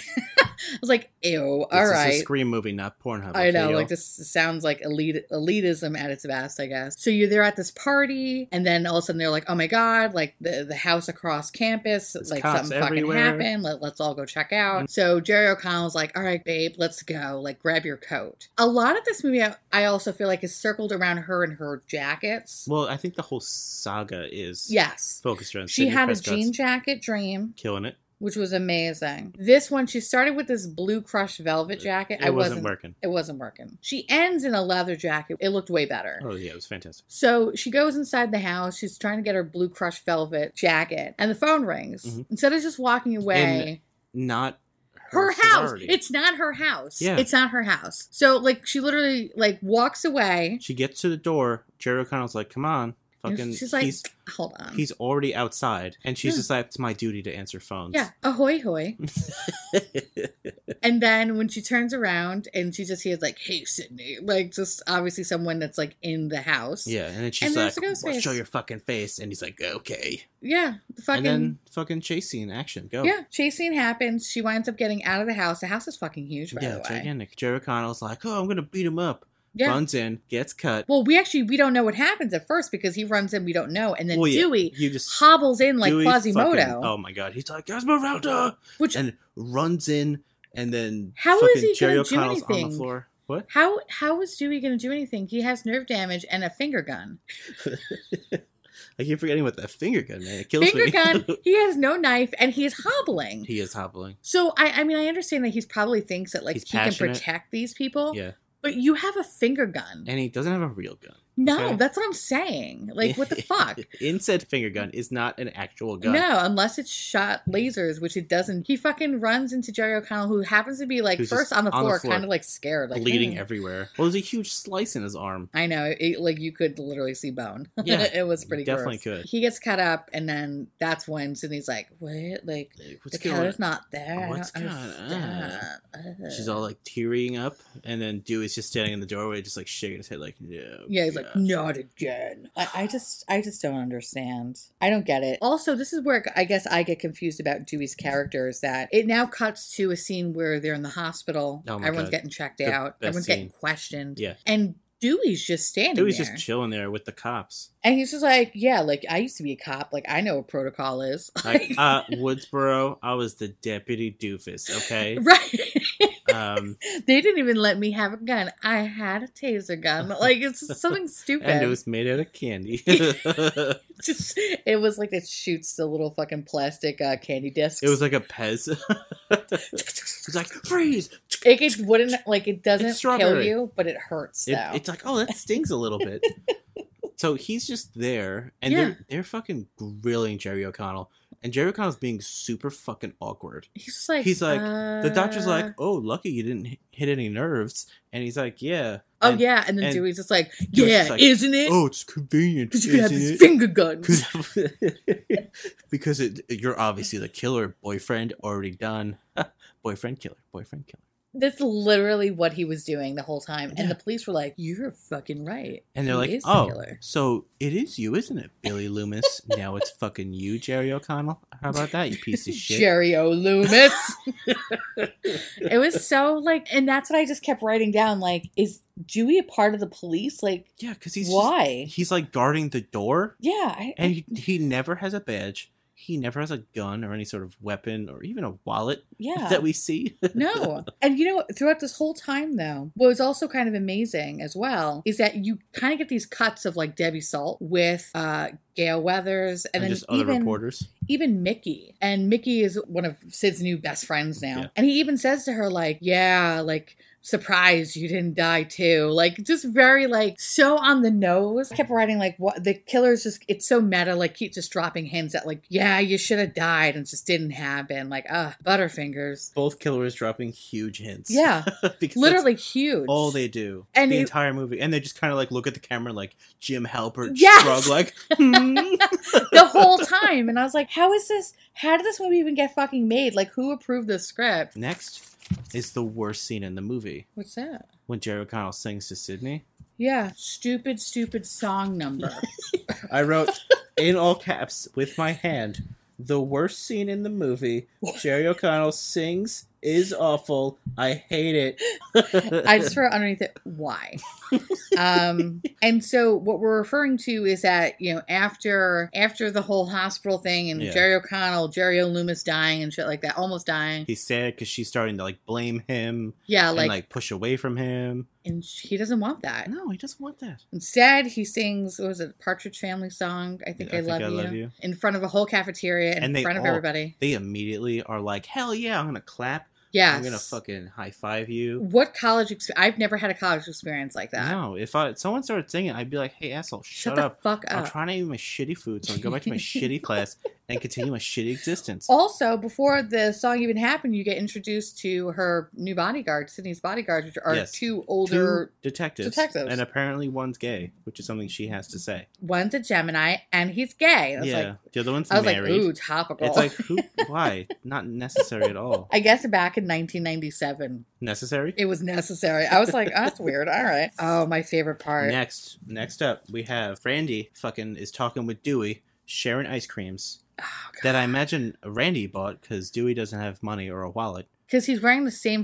I was like, ew,
this
all
is a
right.
scream movie, not Pornhub.
I
okay,
know,
yo?
like this sounds like elite elitism at its best, I guess. So you're there at this party, and then all of a sudden they're like, "Oh my god!" Like the the house across campus,
There's
like
cops
something
everywhere.
fucking happened. Let, let's all go check out.
Mhm.
So Jerry O'Connell's like, "All right, babe, let's go. Like, grab your coat." A lot of this movie, I, I also feel like is circled around her and her jackets.
Well, I think the whole saga is
yes,
focused around.
she
Sidney
had a
Prescott's
jean jacket dream.
killing it.
Which was amazing. This one, she started with this blue crushed velvet jacket.
It
I
wasn't,
wasn't
working.
it wasn't working. She ends in a leather jacket. It looked way better.
Oh yeah, it was fantastic.
So she goes inside the house. She's trying to get her blue crush velvet jacket, and the phone rings.
Mhm.
Instead of just walking away,
Not her,
her, house.
sorority.
It's not her house.
Yeah.
It's not her house. So like she literally like walks away.
She gets to the door. Jerry O'Connell's like, "Come on,
and
fucking."
she's like,
he's,
"Hold on."
he's already outside, and she's
Yeah.
just like, "It's my duty to answer phones."
yeah, ahoy hoy. and then when she turns around and she just hears like, "Hey Sydney," like just obviously someone that's like in the
[LAUGHS]
house.
yeah, and then she's
And there's
like,
a ghost
"Well,
face.
"Show your fucking face," and he's like, "Okay."
yeah. The
And
fucking
then fucking chase scene action. Go.
Yeah, chase scene happens. She winds up getting out of the house. The house is fucking huge, by
Yeah,
the way.
gigantic. Jerry O'Connell's like, "Oh, I'm gonna beat him up."
Yeah.
Runs in, gets cut.
Well, we actually we don't know what happens at first because he runs in, we don't know, and then
Well, yeah,
Dewey
You just
hobbles in like
Dewey
Quasimodo,
fucking- oh my god, he's like Esmeralda,
which
and runs in, and then
How
fucking
is he
Jerry
gonna do
O'Connell's on
anything?
the floor. What? [LAUGHS]
how how is Dewey going to do anything? He has nerve damage and a finger gun.
I keep forgetting what that finger gun man. It kills
Finger
me.
gun. He has no knife, and he's hobbling.
[LAUGHS] he is hobbling.
So I I mean I understand that he's probably thinks that like
He's
he can
passionate.
protect these people.
Yeah,
But you have a finger gun.
and he doesn't have a real gun.
no,
okay.
that's what I'm saying.
[LAUGHS]
Like what the fuck?
in said finger gun is not an actual gun.
No, unless it's shot lasers, which it doesn't. He fucking runs into Jerry O'Connell, who happens to be like
Who's
first
just
on the
on the
floor,
floor,
kind of like scared, like
Bleeding
"Mm."
everywhere. Well, there's a huge slice in his arm.
I know, it, like you could literally see bone. [LAUGHS]
Yeah,
it was pretty.
definitely
gross.
could.
He gets cut up, and then that's when Sydney's like, "What? Like
Like,
the
What's going on?
killer's not there?
What's
I
going
don't
on?"
understand." Ugh.
She's all like tearing up, and then Dewey's just standing in the doorway, just like shaking his head, like no.
Yeah, he's like,
God."
not again. I, I just, I just don't understand. I don't get it. Also, this is where I guess I get confused about Dewey's character is that it now cuts to a scene where they're in the hospital.
Oh my
Everyone's
God.
getting checked
The
out.
best
Everyone's getting
scene.
questioned.
Yeah.
And Dewey's just standing
Dewey's
there.
just chilling there with the
[LAUGHS]
cops.
and he's just like, yeah, like I used to be a cop. Like I know what protocol is. [LAUGHS]
Like, uh, Woodsboro, I was the deputy doofus,
[LAUGHS]
okay?
Right.
Um,
they didn't even let me have a gun. I had a taser [LAUGHS] gun. Like it's just something stupid.
and it was made out of candy. [LAUGHS] it
[LAUGHS] just it was like it shoots the little fucking plastic uh, candy discs.
was like a Pez. it's like, freeze!
it, it wouldn't like it
It's
doesn't kill
strawberry.
you, but it hurts though.
It, it's like, oh, that stings a little
[LAUGHS]
bit. so he's just there, and they're, they're fucking grilling Jerry O'Connell. And Jerry O'Connell's being super fucking awkward.
he's just like
he's like-
uh,
The doctor's like, oh, lucky you didn't h- hit any nerves. And he's like, yeah.
oh
And,
yeah, and then
and
Dewey's just like,
Dewey's
yeah,
just like,
isn't it?
Oh, it's convenient.
Because you can have
isn't
these
it?"
finger guns.
Cause, [LAUGHS] because it, you're obviously the killer boyfriend already done. [LAUGHS] boyfriend killer, boyfriend killer.
[LAUGHS] That's literally what he was doing the whole time, and
Yeah.
the police were like, "You're fucking right."
And they're
He
like,
is the
oh,
killer."
so it is you, isn't it, Billy Loomis? now it's fucking you, Jerry O'Connell. How about that, you
[LAUGHS]
piece of shit?
Jerry
[LAUGHS]
O. Loomis. it was so like, and that's what I just kept writing down. Like, is Dewey a part of the police? Like,
yeah, because he's just-
why?
he's like guarding the door,
yeah, I,
and he,
[LAUGHS]
he never has a badge. He never has a gun or any sort of weapon or even a wallet
yeah.
that we see.
No. And you know, what? throughout this whole time, though, what was also kind of amazing as well is that you kind of get these cuts of like Debbie Salt with uh, Gail Weathers
and
and, then
just other
even,
reporters.
even Mickey. And Mickey is one of Sid's new best friends now.
Yeah.
And he even says to her, like, yeah, like, surprise, you didn't die too. Like, just very, like, so on the nose. I kept writing, like, what the killer's just, it's so meta, like, keep just dropping hints at, like, yeah, you should have died and it just didn't happen. Like, ah, Butterfingers.
Both killers dropping huge hints.
Yeah.
[LAUGHS] because that's
literally huge.
all they do
And
the
it-
entire movie and they just kind of like look at the camera like jim halpert
Yes!
shrug
[LAUGHS]
like hmm. [LAUGHS]
the whole time, and I was like, "How is this? How did this movie even get fucking made? Like, who approved this script?
next is the worst scene in the movie
What's that?
when jerry o'connell sings to sydney
Yeah, stupid, stupid
[LAUGHS]
song number.
i
[LAUGHS]
wrote in all
[LAUGHS]
caps with my hand the worst scene in the movie jerry o'connell sings is awful. I hate it.
[LAUGHS]
[LAUGHS]
I just wrote underneath it why. um, and so what we're referring to is that you know after after the whole hospital thing and
Yeah.
Jerry O'Connell, Jerry O'Loomis dying and shit like that, almost dying.
He's sad because she's starting to like blame him
Yeah,
and
like,
like push away from him.
and he doesn't want that.
No, he doesn't want that.
Instead, he sings what was it Partridge Family song? I think
Yeah,
I,
I Think
love,
I
you.
Love You.
in front of a whole cafeteria and,
And
in
they
front of
all-
everybody.
They immediately are like, hell yeah, I'm gonna clap.
Yes,
I'm gonna fucking high five you.
What college? Exp- I've never had a college experience like that.
No, if I someone started singing, I'd be like, hey asshole, shut,
Shut the
up.
fuck
I'm
up.
trying to eat my shitty food, so I can go back to my
[LAUGHS]
shitty class and continue my shitty existence.
Also, before the song even happened, you get introduced to her new bodyguards, Sydney's bodyguards, which are
Yes.
two
Two
older.
detectives,
detectives.
and apparently one's gay, which is something she has to say.
One's a Gemini, and he's gay. I was
Yeah,
like,
the other one's
I was
married.
like, ooh, topical.
it's like
[LAUGHS]
who? Why? Not necessary at all.
I guess back in 1997, [LAUGHS]
Necessary.
it was necessary. I was like, oh, that's weird. All right. Oh, my favorite part.
Next, next up, we have Randy. Fucking is talking with Dewey, sharing ice creams
Oh, God.
that I imagine Randy bought because Dewey doesn't have money or a wallet.
Because he's wearing the same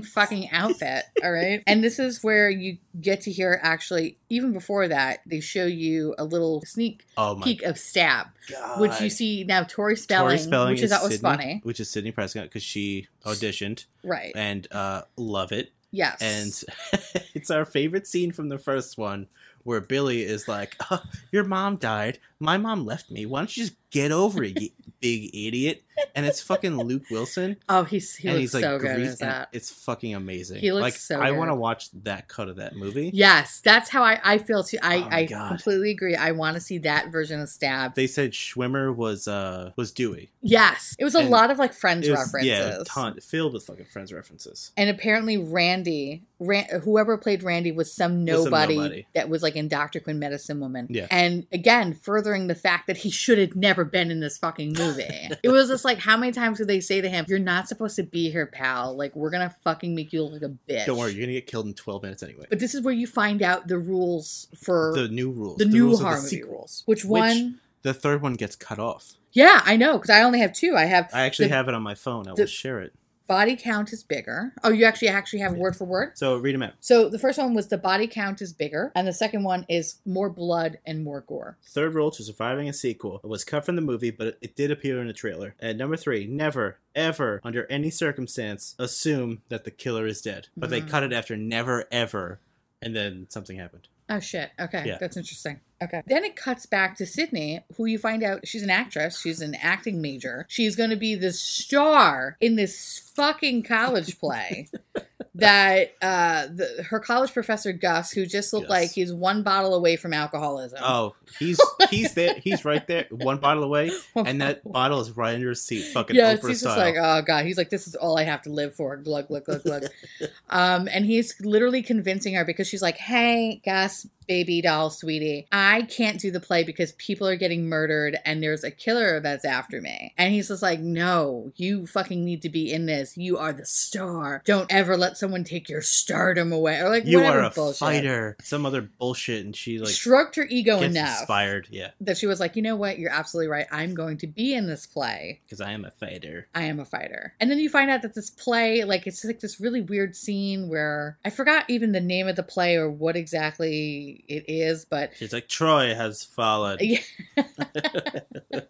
[LAUGHS]
fucking outfit, all right? And this is where you get to hear actually, even before that, they show you a little sneak
Oh my
peek of Stab,
god!
which you see now Tori Spelling,
Tori Spelling
which is, that was
Sydney-
funny.
which is Sydney Prescott because she auditioned
Right.
and uh, love it.
yes.
and [LAUGHS] it's our favorite scene from the first one where Billy is like, "Uh, "Your mom died. My mom left me. Why don't you just get over it, you
[LAUGHS]
big idiot?" And it's fucking Luke Wilson,
oh, he's, he
and
looks
he's like,
so good
greased,
as
and
that.
it's fucking amazing.
He looks
like,
so
I
good.
want to watch that cut of that movie.
Yes, that's how I, I feel too. I,
Oh my
I
God.
completely agree. I want to see that version of Stab.
They said Schwimmer was uh was Dewey.
yes. It was a
And
lot of like Friends
It was-
references.
Yeah, a ton filled with fucking Friends references.
And apparently, Randy, Ran- whoever played Randy, was some
Was some
nobody,
nobody.
that was like in Doctor Quinn Medicine Woman.
Yeah.
And again, furthering the fact that he should have never been in this fucking movie. it was just like, how many times did they say to him, "You're not supposed to be here, pal. Like, we're gonna fucking make you look like a bitch."
Don't worry, you're gonna get killed in twelve minutes anyway.
But this is where you find out the rules for
the
the,
new rules,
new
rules of
horror movie
sequel.
rules. Which one?
The third one gets cut off.
Yeah, I know because I only have two. I have
I actually
The-
have it on my phone. I
the-
will share it.
body count is bigger. Oh, you actually actually have word for word.
So read them out.
So the first one was the body count is bigger, and the second one is more blood and more gore.
Third rule to surviving a sequel. It was cut from the movie, but it did appear in a trailer. And number three, never, ever, under any circumstance, assume that the killer is dead. But they
Mm.
cut it after never, ever, and then something happened.
Oh shit. Okay,
Yeah.
that's interesting. Okay. Then it cuts back to Sydney, who you find out she's an actress. She's an acting major. She's going to be the star in this fucking college
[LAUGHS]
play. that uh, the, her college professor Gus, who just looked
Gus.
like he's one bottle away from alcoholism.
Oh,
[LAUGHS]
he's he's there. He's right there, one bottle away, and
[LAUGHS]
that bottle is right under his seat, fucking
Yes,
Oprah
he's
style.
just like, oh god. He's like, this is all I have to live for. Glug glug
[LAUGHS]
glug glug. um, and he's literally convincing her because she's like, hey, Gus, baby doll, sweetie, I can't do the play because people are getting murdered and there's a killer that's after me. And he's just like, no, you fucking need to be in this. You are the star. Don't ever let someone take your stardom away. Or like,
you
whatever
are a
bullshit.
fighter. Some other bullshit, and she like
Stroked her ego
gets
enough
inspired. Yeah,
that she was like, you know what? You're absolutely right. I'm going to be in this play.
because I am a fighter.
I am a fighter. And then you find out that this play, like, it's like this really weird scene where I forgot even the name of the play or what exactly it is, but. [LAUGHS]
She's like Troy has fallen. [LAUGHS]
Yeah.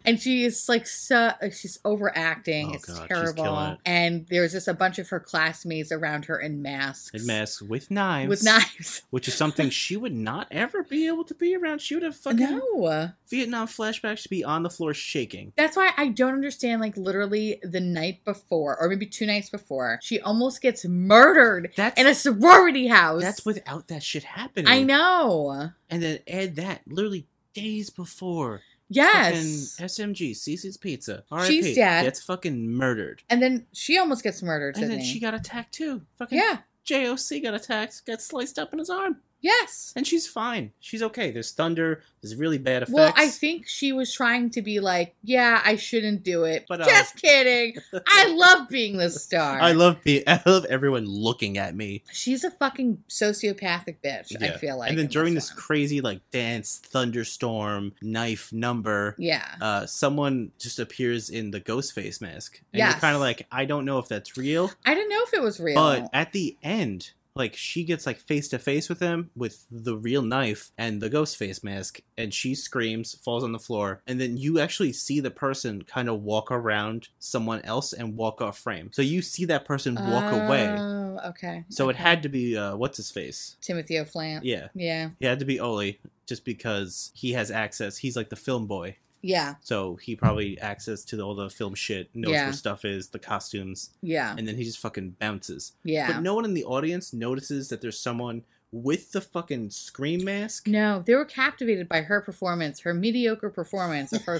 and she is like so she's overacting.
Oh,
it's
God, she's
terrible.
killing it.
And there's just a bunch of her classmates around her in masks.
And masks with knives. [LAUGHS]
With knives.
which is something she would not ever be able to be around. She would have fucking
No.
Vietnam flashbacks to be on the floor shaking.
That's why I don't understand, like, literally the night before, or maybe two nights before, she almost gets murdered
That's
in a sorority house.
that's without that shit happening.
I know.
And then add that literally days before.
Yes.
Fucking SMG, Cece's Pizza. R.I.P.
She's dead.
Gets fucking murdered.
And then she almost gets murdered,
And
Sydney.
then she got attacked too. Fucking
yeah.
JOC got attacked, got sliced up in his arm.
Yes.
and she's fine. She's okay. There's thunder. There's really bad effects.
Well, I think she was trying to be like, yeah, I shouldn't do it.
But, uh,
Just
[LAUGHS]
kidding. I love being the star.
I love being. [LAUGHS] I love everyone looking at me.
She's a fucking sociopathic bitch, I
Yeah.
feel like.
and then
in
during this
one.
crazy like dance, thunderstorm, knife number,
Yeah.
uh, someone just appears in the ghost face mask, and you're
Yes.
kind of like, I don't know if that's real.
I didn't know if it was real.
But at the end, like she gets like face to face with him with the real knife and the ghost face mask, and she screams, falls on the floor, and then you actually see the person kind of walk around someone else and walk off frame. So you see that person walk away.
Oh, okay.
So it
Okay.
had to be uh, what's his face?
Timothy O'Flant.
Yeah,
Yeah.
it had to be Oli, just because he has access. He's like the film boy.
Yeah.
So he probably access to all the film shit, knows
Yeah.
where stuff is, the costumes,
Yeah.
and then he just fucking bounces.
Yeah.
But no one in the audience notices that there's someone with the fucking scream mask.
No, they were captivated by her performance, her mediocre performance of her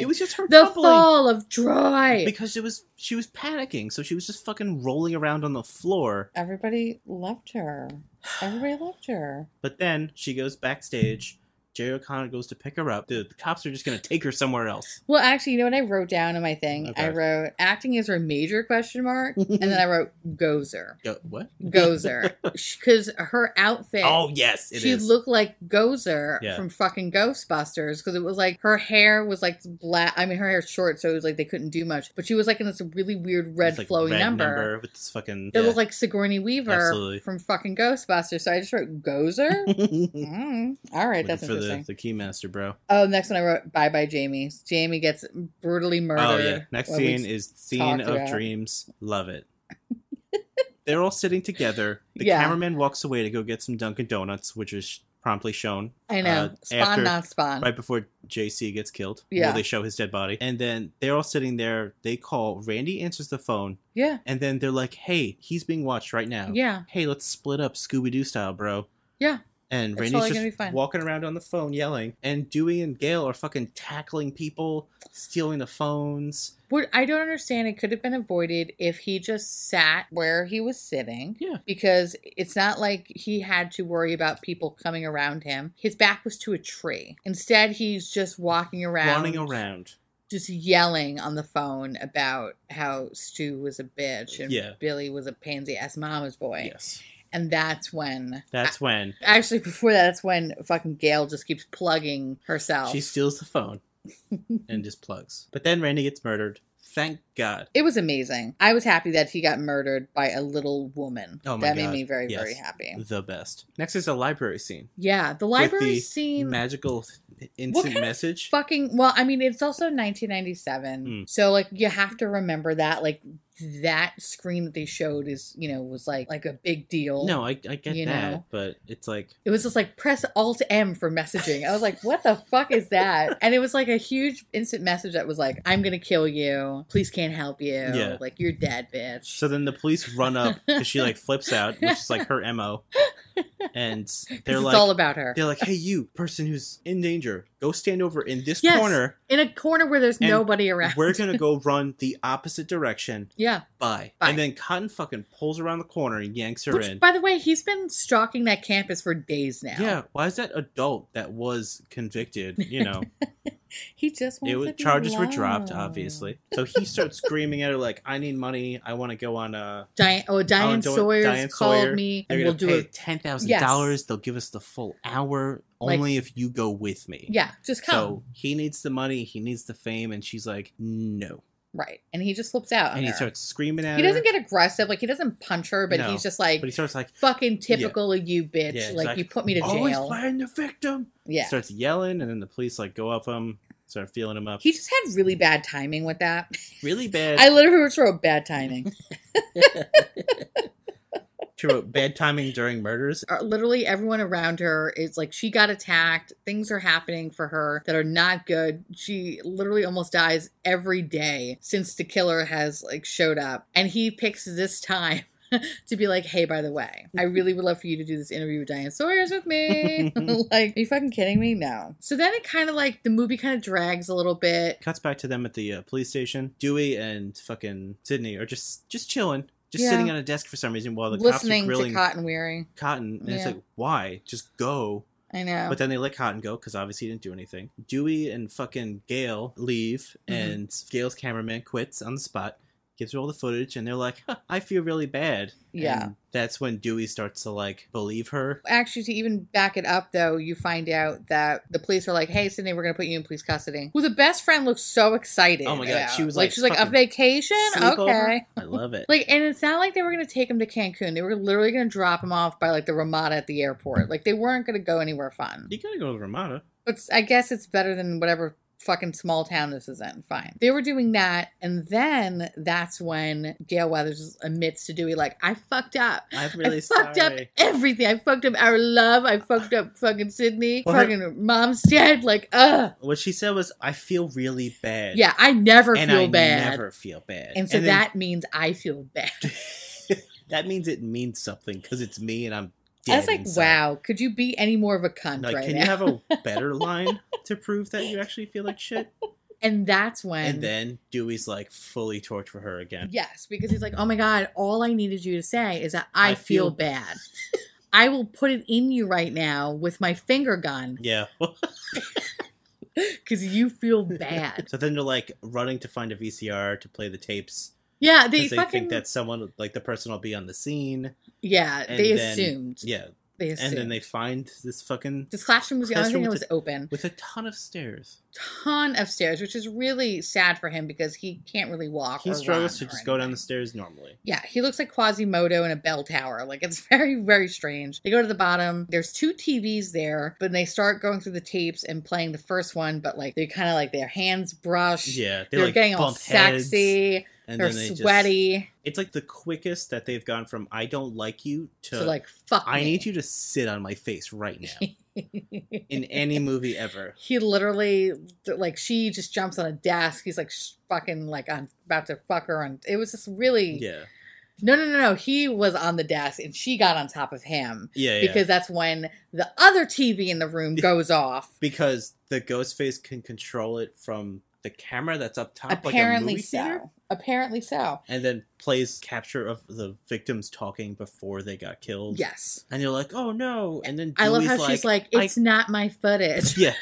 [LAUGHS] It was just her
the
doubling.
fall of Troy.
because it was she was panicking, so she was just fucking rolling around on the floor.
Everybody loved her. Everybody loved her.
But then she goes backstage. Jerry O'Connor goes to pick her up. The, the cops are just gonna take her somewhere else.
Well, actually, you know what I wrote down in my thing? I
Okay.
wrote acting is her major
[LAUGHS]
question mark, and then I wrote Gozer.
Go, what? [LAUGHS]
Gozer, because her outfit.
Oh yes, it is.
she looked like Gozer
Yeah.
from fucking Ghostbusters because it was like her hair was like black. I mean, her hair's short, so it was like they couldn't do much. But she was like in this really weird red
It's like
flowing
red
number.
with this fucking.
It looked like Sigourney Weaver
Absolutely.
from fucking Ghostbusters. So I just wrote
[LAUGHS]
Gozer.
Looking
mm. All right, that's
for
interesting.
the, the keymaster, bro.
Oh, next one I wrote Bye Bye Jamie. Jamie gets brutally murdered.
Oh yeah. Next
What we-
scene is scene
talked
of
about.
dreams. Love
[LAUGHS]
it. They're all sitting together. The
Yeah.
cameraman walks away to go get some Dunkin' Donuts, which is promptly shown
I know.
uh,
spawn,
after-
not spawn.
right before JC gets killed.
Uh-huh. Yeah.
Where they show his dead body. And then they're all sitting there. They call. Randy answers the phone.
Yeah.
And then they're like, hey, he's being watched right now.
Yeah.
Hey, let's split up Scooby Doo style, bro.
Yeah.
And
It's
Randy's
totally gonna be
just
fun.
walking around on the phone yelling. And Dewey and Gail are fucking tackling people, stealing the phones.
What I don't understand, it could have been avoided if he just sat where he was sitting.
Yeah.
Because it's not like he had to worry about people coming around him. His back was to a tree. Instead, he's just walking around,
running around.
just yelling on the phone about how Stu was a bitch and
Yeah.
Billy was a pansy ass mama's boy.
Yes.
And that's when
That's when
Actually, before that, that's when fucking Gail just keeps plugging herself.
she steals the
[LAUGHS]
phone and just plugs. But then Randy gets murdered. Thank God.
it was amazing. I was happy that he got murdered by a little woman.
Oh my
that made
God.
me very,
Yes.
very happy.
The best. Next is a library scene.
Yeah, the library
the
scene.
Magical
What
instant
kind of
message.
Fucking well, I mean, it's also 1997,
Mm.
so like you have to remember that, like that screen that they showed is, you know, was like like a big deal.
No, I, I get
You
that,
know.
but it's like
It was just like press Alt M for messaging. I was like, what the fuck is that?
[LAUGHS]
And it was like a huge instant message that was like, I'm going to kill you. Please can't help you.
Yeah.
Like, you're dead, bitch.
so. Then the police run up because she like flips out, which is like
[LAUGHS]
her mo, and
'Cause
they're
it's
like.
all about her.
they're like, hey, you person who's in danger, go stand over in this
Yes.
corner.
In a corner where there's
And
nobody around.
We're gonna go run the opposite direction.
yeah.
Bye.
Bye.
And then Cotton fucking pulls around the corner and yanks her
Which,
in.
by the way, he's been stalking that campus for days now.
Yeah, why is that adult that was convicted?
[LAUGHS]
You know,
He just wants
it was
to be
charges were dropped,
loved.
obviously. So he
[LAUGHS]
starts screaming at her like, "I need money. I want to go on a."
Diane, oh, Diane
Diane-
Sawyer's
Diane
called
Sawyer.
me
They're
and we'll
gonna
do
pay
it.
ten thousand
Yes.
dollars. They'll give us the full hour
Like-
only if you go with me.
Yeah, just come.
So he needs the money. He needs the fame, and she's like, "No,"
right. And he just flips out. on
and he
her.
starts screaming at
He
her.
doesn't get aggressive. Like, he doesn't punch her, but
No,
he's just like,
but he starts like,
fucking typical of you, bitch.
Yeah,
Like
exactly.
you put me to
"Always
jail.
playing the victim."
Yeah.
Starts yelling, and then the police like go up him, start feeling him up.
He just had really bad timing with [LAUGHS] that.
really bad.
I literally just wrote bad timing.
she wrote bad timing during murders.
[LAUGHS] Uh, literally everyone around her is like she got attacked. Things are happening for her that are not good. She literally almost dies every day since the killer has like showed up. And he picks this time [LAUGHS] to be like, hey, by the way, I really would love for you to do this interview with Diane Sawyer's with me. [LAUGHS] like, are you fucking kidding me? No. So then it kind of like the movie kind of drags a little bit.
Cuts back to them at the uh, police station. Dewey and fucking Sydney are just just chilling. just
Yeah.
sitting on a desk for some reason while the
Listening
cops are
to
grilling
Cotton Weary.
Cotton. And it's
Yeah. Oh.
like, why? Just go.
I know.
But then they let Cotton go because obviously he didn't do anything. Dewey and fucking Gail leave,
Mhm.
and Gail's cameraman quits on the spot, gives her all the footage, and they're like, huh, I feel really bad.
Yeah.
And that's when Dewey starts to like believe her.
Actually, to even back it up, though, you find out that the police are like, "Hey, Sydney, we're gonna put you in police custody." Who the best friend looks so excited.
Oh my God,
about.
she was like,
she's like a
fucking
vacation.
Sleepover?
Okay.
I love it.
[LAUGHS] Like, and it's not like they were gonna take him to Cancun. They were literally gonna drop him off by like the Ramada at the airport. Like, they weren't gonna go anywhere fun.
you gotta go to the Ramada.
But s- I guess it's better than whatever fucking small town this is in. Fine. They were doing that, and then that's when Gail Weathers admits to Dewey, like, I fucked up.
I'm really
I fucked up
sorry.
everything. I fucked up our love. I fucked up fucking Sydney.
Well, her-
fucking mom's dead. Like, ugh.
What she said was, I feel really bad.
Yeah, I never
and
feel
I
bad.
never feel bad.
and so
then
that means I feel
[LAUGHS]
bad.
that means it means something because it's me and I'm dead.
I was like,
inside.
wow, could you be any more of a cunt
Like,
right
can
now?
you have a better line to prove that you actually feel like shit?
[LAUGHS] and that's when.
And then Dewey's like fully torture her again.
Yes, because he's like, oh my God, all I needed you to say is that I,
I
feel,
feel-
bad. [LAUGHS] I will put it in you right now with my finger gun
Yeah.
because
[LAUGHS]
you feel bad.
so then they're like running to find a VCR to play the tapes
yeah, they
because they
fucking.
think that someone, like the person, will be on the scene.
yeah,
and
they
then-
assumed.
Yeah.
They assumed.
And then they find this fucking
This classroom was the only
Classroom
thing that
with
was open.
with a ton of stairs.
Ton of stairs, which is really sad for him because he can't really walk.
He
or
struggles
run
to
or
just go down
anything.
the stairs normally.
Yeah, he looks like Quasimodo in a bell tower. Like it's [LAUGHS] very, very strange. They go to the bottom. There's two TVs there, but they start going through the tapes and playing the first one, but like they kind of like their hands brush.
Yeah, they
They're
like
getting all
bump heads,
sexy.
and
They're
then they Just,
sweaty.
it's like the quickest that they've gone from "I don't like you" to
so like, fuck.
"I
me.
need
[LAUGHS]
you to sit on my face right now" in any movie
[LAUGHS]
ever.
he literally like she just jumps on a desk. He's like sh- fucking like on about to fuck her, and it was just really
Yeah,
no, no, no, no. He was on the desk, and she got on top of him.
yeah, yeah.
because that's when the other TV in the room goes off.
[LAUGHS] because the ghost face can control it from the camera that's up top,
Apparently
like a movie
so.
theater,
Apparently so.
and then plays capture of the victims talking before they got killed.
Yes.
and you're like, "Oh no!" And then
I love
Dewey's
how she's like,
"I
it's not my
[LAUGHS]
footage. [LAUGHS]
Yeah.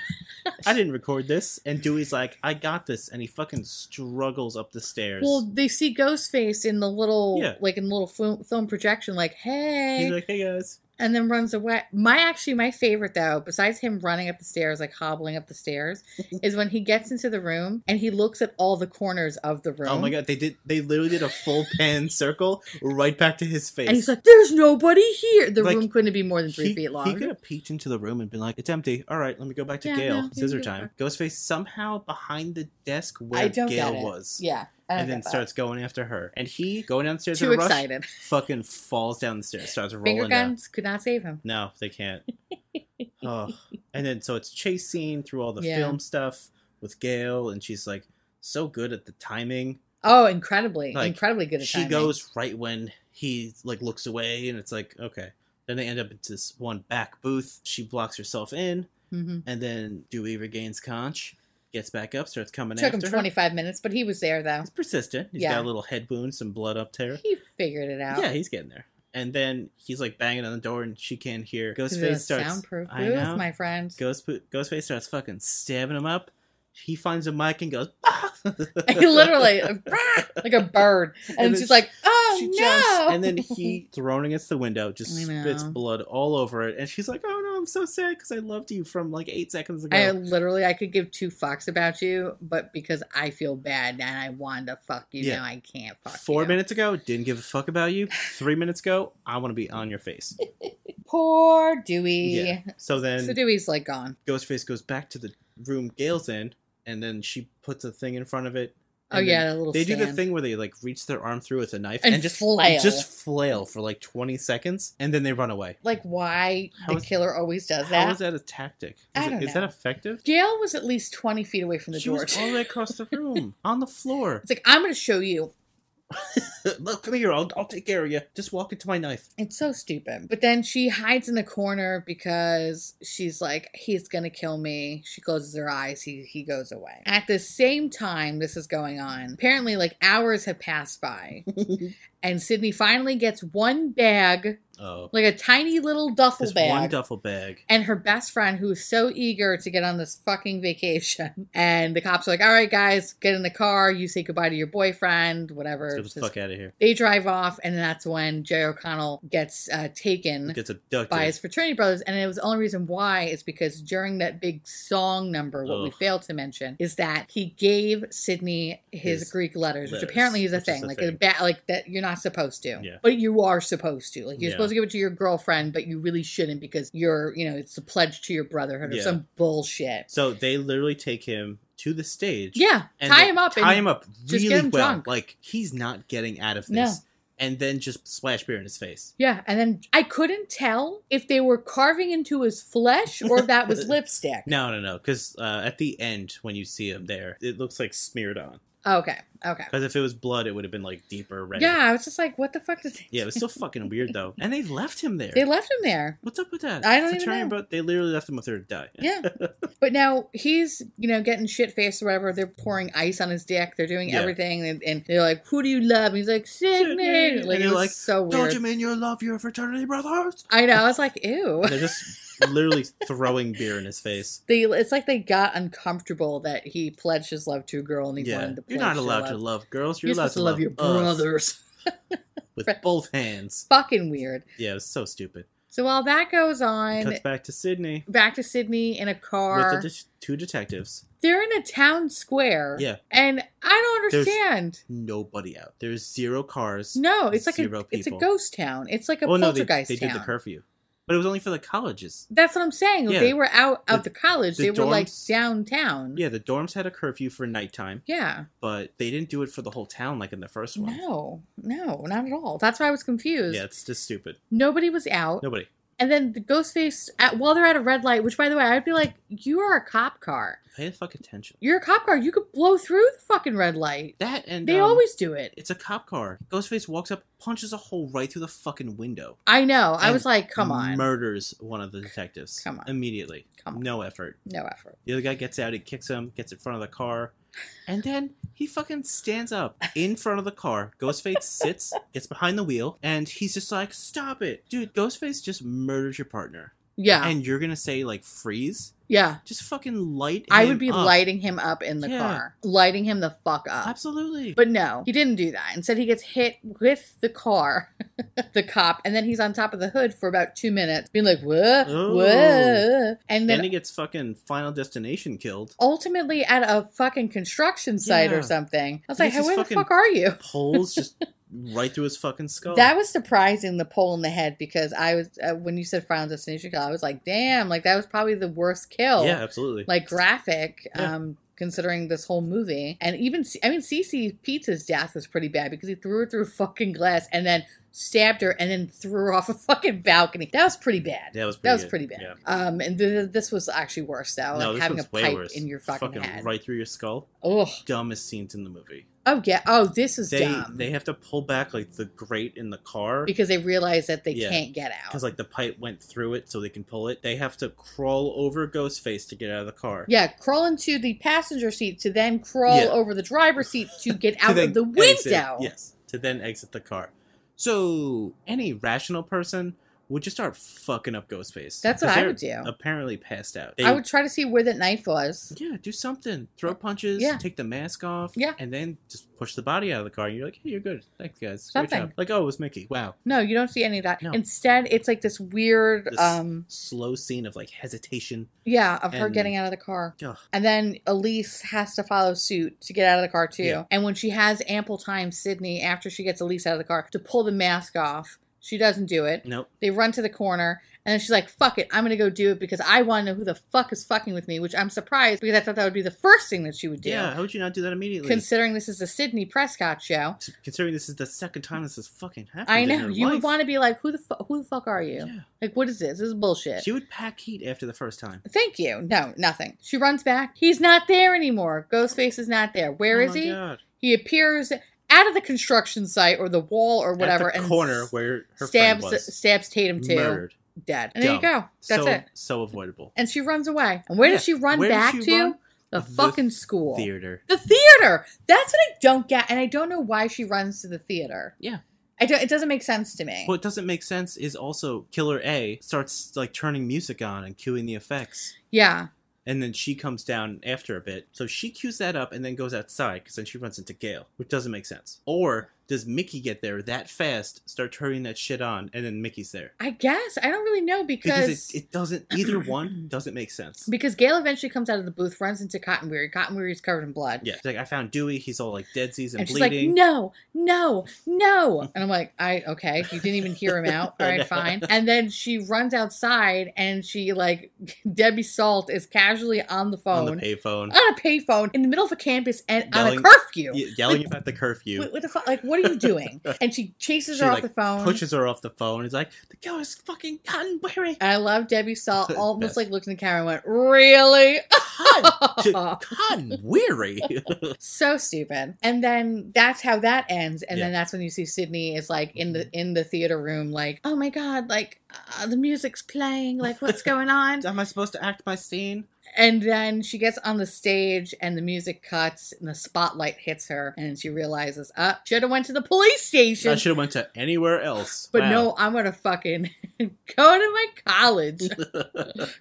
I didn't record this. And Dewey's like, I got this. And he fucking struggles up the stairs.
Well, they see Ghostface in the little,
Yeah.
like in the little film, film projection, like, hey,
He's like, hey guys.
and then runs away. My actually, my favorite though, besides him running up the stairs, like hobbling up
[LAUGHS]
the stairs, is when he gets into the room and he looks at all the corners of the room.
Oh my god, they did they literally did a full [LAUGHS] pan circle right back to his face.
And he's like, there's nobody here. The
Like,
room couldn't be more than three
he,
feet long.
he could have peeked into the room and been like, "It's empty. All right, let me go back to
Yeah,
Gail.
no, he
Scissor
didn't do
time." Ghostface somehow behind the desk where
I don't
Gail
get it.
was,
yeah. I don't
and then
get that.
starts going after her. And he going downstairs
too
in a
excited.
rush, fucking falls down the stairs, starts rolling.
Finger
down.
guns could not save him.
No, they
[LAUGHS]
can't. oh. And then so it's chase scene through all the
Yeah.
film stuff with Gail, and she's like so good at the timing.
Oh, incredibly,
Like,
incredibly good. At
she
timing.
goes right when he like looks away, and it's like okay. Then they end up at this one back booth. She blocks herself in,
Mhm.
and then Dewey regains conch, gets back up, starts coming
Took him
after her.
25 minutes, but he was there though.
He's persistent. He's
Yeah.
got a little head wound, some blood up there.
He figured it out.
Yeah, he's getting there. And then he's like banging on the door, and she can't hear.
This is a
Ghostface starts.
soundproof
I
booth,
know.
my friend. [LAUGHS]
Ghost Ghostface starts fucking stabbing him up. He finds a mic and
[LAUGHS]
goes. [LAUGHS] "Ah!"
Literally, [LAUGHS] like a bird,
[LAUGHS]
and,
And then
she's like, "Oh
She
no!"
jumps, and then
[LAUGHS]
he thrown against the window, just
I know.
spits blood all over it, and she's like, "Oh no, I'm so sad because I loved you from like eight seconds ago."
I literally, I could give two fucks about you, but because I feel bad and I wanted to fuck you,
Yeah.
now I can't fuck
Four
you.
minutes ago, didn't give a fuck about you. Three minutes ago, I want to be on your
[LAUGHS]
face.
Poor Dewey.
Yeah. So then
So Dewey's like gone.
Ghostface goes back to the room Gail's in, and then she puts a thing in front of it.
Oh
and then
yeah, a little.
They do the
stand.
thing where they like reach their arm through with a knife
And
and, just
flail.
just flail for like twenty seconds, and then they run away.
Like why
How
the
is-
killer always does
How
that?
is that a tactic? Is,
I
it-
don't
is that
know.
effective?
Gail was at least 20 feet away from the
She
door.
was all the way across
[LAUGHS]
the room on the floor.
it's like, I'm going to show you.
Look, come here. I'll, I'll take care of you. Just walk into my knife.
It's so stupid. But then she hides in the corner because she's like, he's going to kill me. She closes her eyes. He, he goes away.
[LAUGHS]
At the same time, this is going on. Apparently, like hours have passed by. and Sydney finally gets one bag,
Oh,
like a tiny little duffel
this
bag.
one duffel bag.
and her best friend who's so eager to get on this fucking vacation. [LAUGHS] And the cops are like, all right, guys, get in the car. You say goodbye to your boyfriend, whatever.
Let's get the
Just-
fuck out of here.
They drive off, and that's when Jerry O'Connell gets uh, taken
Gets abducted.
by his fraternity brothers. And it was the only reason why is because during that big song number, what we
Ugh.
failed to mention is that he gave Sydney his,
His
Greek letters, which
letters,
apparently is a
which is
thing,
a
like
thing.
A ba- like that you're not supposed to,
Yeah.
but you are supposed to. Like you're
Yeah.
supposed to give it to your girlfriend, but you really shouldn't because you're, you know, it's a pledge to your brotherhood or
Yeah.
some bullshit.
so they literally take him to the stage.
Yeah,
and
tie
they
him up.
Tie
and,
him up
just
really
get him
well.
drunk.
Like he's not getting out of
No.
this. And then just splash beer in his face.
Yeah, and then I couldn't tell if they were carving into his flesh or if
[LAUGHS]
that was lipstick.
No, no, no. Because uh, at the end, when you see him there, it looks like smeared on.
Okay, okay.
Because if it was blood, it would have been like deeper red.
Yeah, I was just like, what the fuck did they?
Yeah, it was still fucking weird though. And they left him there.
They left him there.
What's up with that?
I don't even
Fraternity
know.
bro- they literally left him up there to die. [LAUGHS]
Yeah. but now he's, you know, getting shit faced or whatever. They're pouring ice on his dick. They're doing
Yeah.
everything. And, and they're like, who do you love? And he's like,
Sydney.
Sydney.
And
Like, it
you're
was
like,
so weird.
Don't you mean you love your fraternity
[LAUGHS]
brothers?
I know. I was like, ew.
And they're just literally throwing beer in his face.
They, it's like they got uncomfortable that he pledged his love to a girl and he
Yeah,
wanted to
you're
pledge
not
his
allowed
love.
to love girls. You're,
You're,
allowed
supposed to love your
us
brothers. [LAUGHS]
with
Fr-
both hands.
Fucking weird.
Yeah, it was so stupid.
So while that goes on,
Cuts back to Sydney
back to Sydney in a car.
with the de- two detectives.
They're in a town square.
Yeah.
And I don't
There's-
understand.
Nobody out. There's zero cars.
no, it's like a,
zero
it's a
people.
ghost town. It's like a
well, no, they,
poltergeist
they did
town.
the curfew, but it was only for the colleges.
That's what I'm saying.
Yeah.
They were out of the,
The-
college.
the
they were like
dorms-
downtown.
Yeah, the dorms had a curfew for nighttime,
Yeah.
but they didn't do it for the whole town like in the first one.
No, no, not at all. That's why I was confused.
Yeah, it's just stupid.
Nobody was out.
Nobody.
And then the Ghostface, at, while they're at a red light, which by the way, I'd be like, you are a cop car.
Pay the fuck attention.
You're a cop car. You could blow through the fucking red light.
That and
They
um,
always do it.
It's a cop car. Ghostface walks up, punches a hole right through the fucking window.
I know. I
and
was like, come on.
Murders one of the detectives.
Come on.
Immediately.
Come on.
No effort.
no effort.
The other guy gets out, he kicks him, gets in front of the car, and then he fucking stands up in front of the car.
[LAUGHS]
Ghostface sits, gets behind the wheel, and he's just like, "Stop it, dude! Ghostface just murdered your partner,
Yeah.
and you're gonna say like freeze?
yeah.
Just fucking light."
I
him
would be
up.
lighting him up in the
Yeah.
car, lighting him the fuck up.
Absolutely.
But no, he didn't do that. Instead, he gets hit with the car, [LAUGHS] the cop, and then he's on top of the hood for about two minutes, being like, whoa,
Oh.
whoa. And
then
then
he gets fucking Final Destination killed.
ultimately at a fucking construction site
Yeah.
or something. I was
And
like,
this is
where the
fucking- Oh.
fuck are you?
Poles just right through his fucking skull.
That was surprising, the pole in the head, because I was, uh, when you said Final Destination kill, I was like, damn, like that was probably the worst kill.
yeah, absolutely.
like graphic
Yeah.
um considering this whole movie and even i mean cc pizza's death was pretty bad because he threw her through [LAUGHS] fucking glass and then stabbed her and then threw her off a fucking balcony that was pretty bad
that was pretty
that was
good.
pretty bad
Yeah.
um and th- th- this was actually worse
no,
though like
this
having a
one's way
pipe
worse.
in your fucking, head
right through your skull.
oh
Dumbest scenes in the movie.
oh yeah oh this is
they
dumb
they have to pull back like the grate in the car
because they realize that they
Yeah.
can't get out
because like the pipe went through it so they can pull it they have to crawl over ghostface to get out of the car
yeah crawl into the passenger seat to then crawl
Yeah.
over the driver's seat to get
[LAUGHS] To
out
then
of the window
exit- yes to then exit the car so any rational person would just start fucking up ghostface
That's what
'Cause
I
they're
would do.
apparently passed out
i would try to see where that knife was
yeah do something throw punches
Yeah.
take the mask off
Yeah.
and then just push the body out of the car and you're like hey you're good thanks guys
Something.
great job like oh it was mickey wow
No, you don't see any of that.
No.
Instead, it's like this weird,
This-
um,
slow scene of like hesitation
yeah, of her
and-
getting out of the car.
Ugh.
And then Elise has to follow suit to get out of the car, too.
Yeah.
And when she has ample time, Sydney, after she gets Elise out of the car, to pull the mask off, she doesn't do it.
nope
They run to the corner, and then she's like, fuck it, I'm going to go do it because I want to know who the fuck is fucking with me, which I'm surprised because I thought that would be the first thing that she would do.
yeah how would you not do that immediately
Considering this is the Sydney Prescott show,
considering this is the second time this has fucking happened.
I
in
know
her
you would
life.
want to be like, who the fu- who the fuck are you?
Yeah.
Like, what is this? This is bullshit.
She would pack heat after the first time.
Thank you. No, nothing. She runs back. He's not there anymore. Ghostface is not there. Where
Oh
is
my
he?
God.
He appears out of the construction site or the wall or whatever,
At the
and
corner
s-
where her
stabs
friend was
stabs Tatum too,
murdered.
dead. And
Dumb.
there you go. That's
so
it.
so avoidable.
And she runs away. And where
Yeah.
does she run
Where did
back
she
to?
run?
The,
The
fucking school.
Theater.
The theater. That's what I don't get, and I don't know why she runs to the theater.
Yeah.
I do, it doesn't make sense to me.
What doesn't make sense is also Killer A starts like turning music on and cueing the effects.
yeah.
And then she comes down after a bit. So she cues that up and then goes outside because then she runs into Gale, which doesn't make sense. Or does Mickey get there that fast, start turning that shit on, and then Mickey's there?
I guess. I don't really know because.
Because it, it doesn't, either one doesn't make sense.
because Gail eventually comes out of the booth, runs into Cotton Weary. Cotton Weary is covered in blood.
Yeah. It's Like, I found Dewey. He's all like deadsies and,
And she's
bleeding.
like, no, no,
[LAUGHS]
no. And I'm like, I, okay, you didn't even hear him out. All
I know.
right, fine. And then she runs outside and she, like, [LAUGHS] Debbie Salt is casually on the phone,
On the payphone.
on a payphone in the middle of a campus and on
Yelling-
a curfew.
Ye- Yelling about the curfew.
What, what the fuck? Like, what are you
[LAUGHS]
doing? And she chases
She,
her
like,
off the phone.
pushes her off the phone. He's like, the girl is fucking cotton weary.
And I love
[LAUGHS]
Debbie Salt almost
Best.
like looked in the camera and went, Really?
Cotton,
[LAUGHS]
cotton weary.
so stupid. And then that's how that ends. And then
Yeah. Mm-hmm.
that's when you see Sydney is like in the in the theater room, like, oh my god, like uh, the music's playing, like
[LAUGHS]
what's going on?
Am I supposed to act my scene?
and then she gets on the stage and the music cuts and the spotlight hits her and she realizes, up, should have went to the police
I
station.
should have went to anywhere else.
But
Wow.
no, I'm gonna fucking [LAUGHS] go to my
[LAUGHS]
college,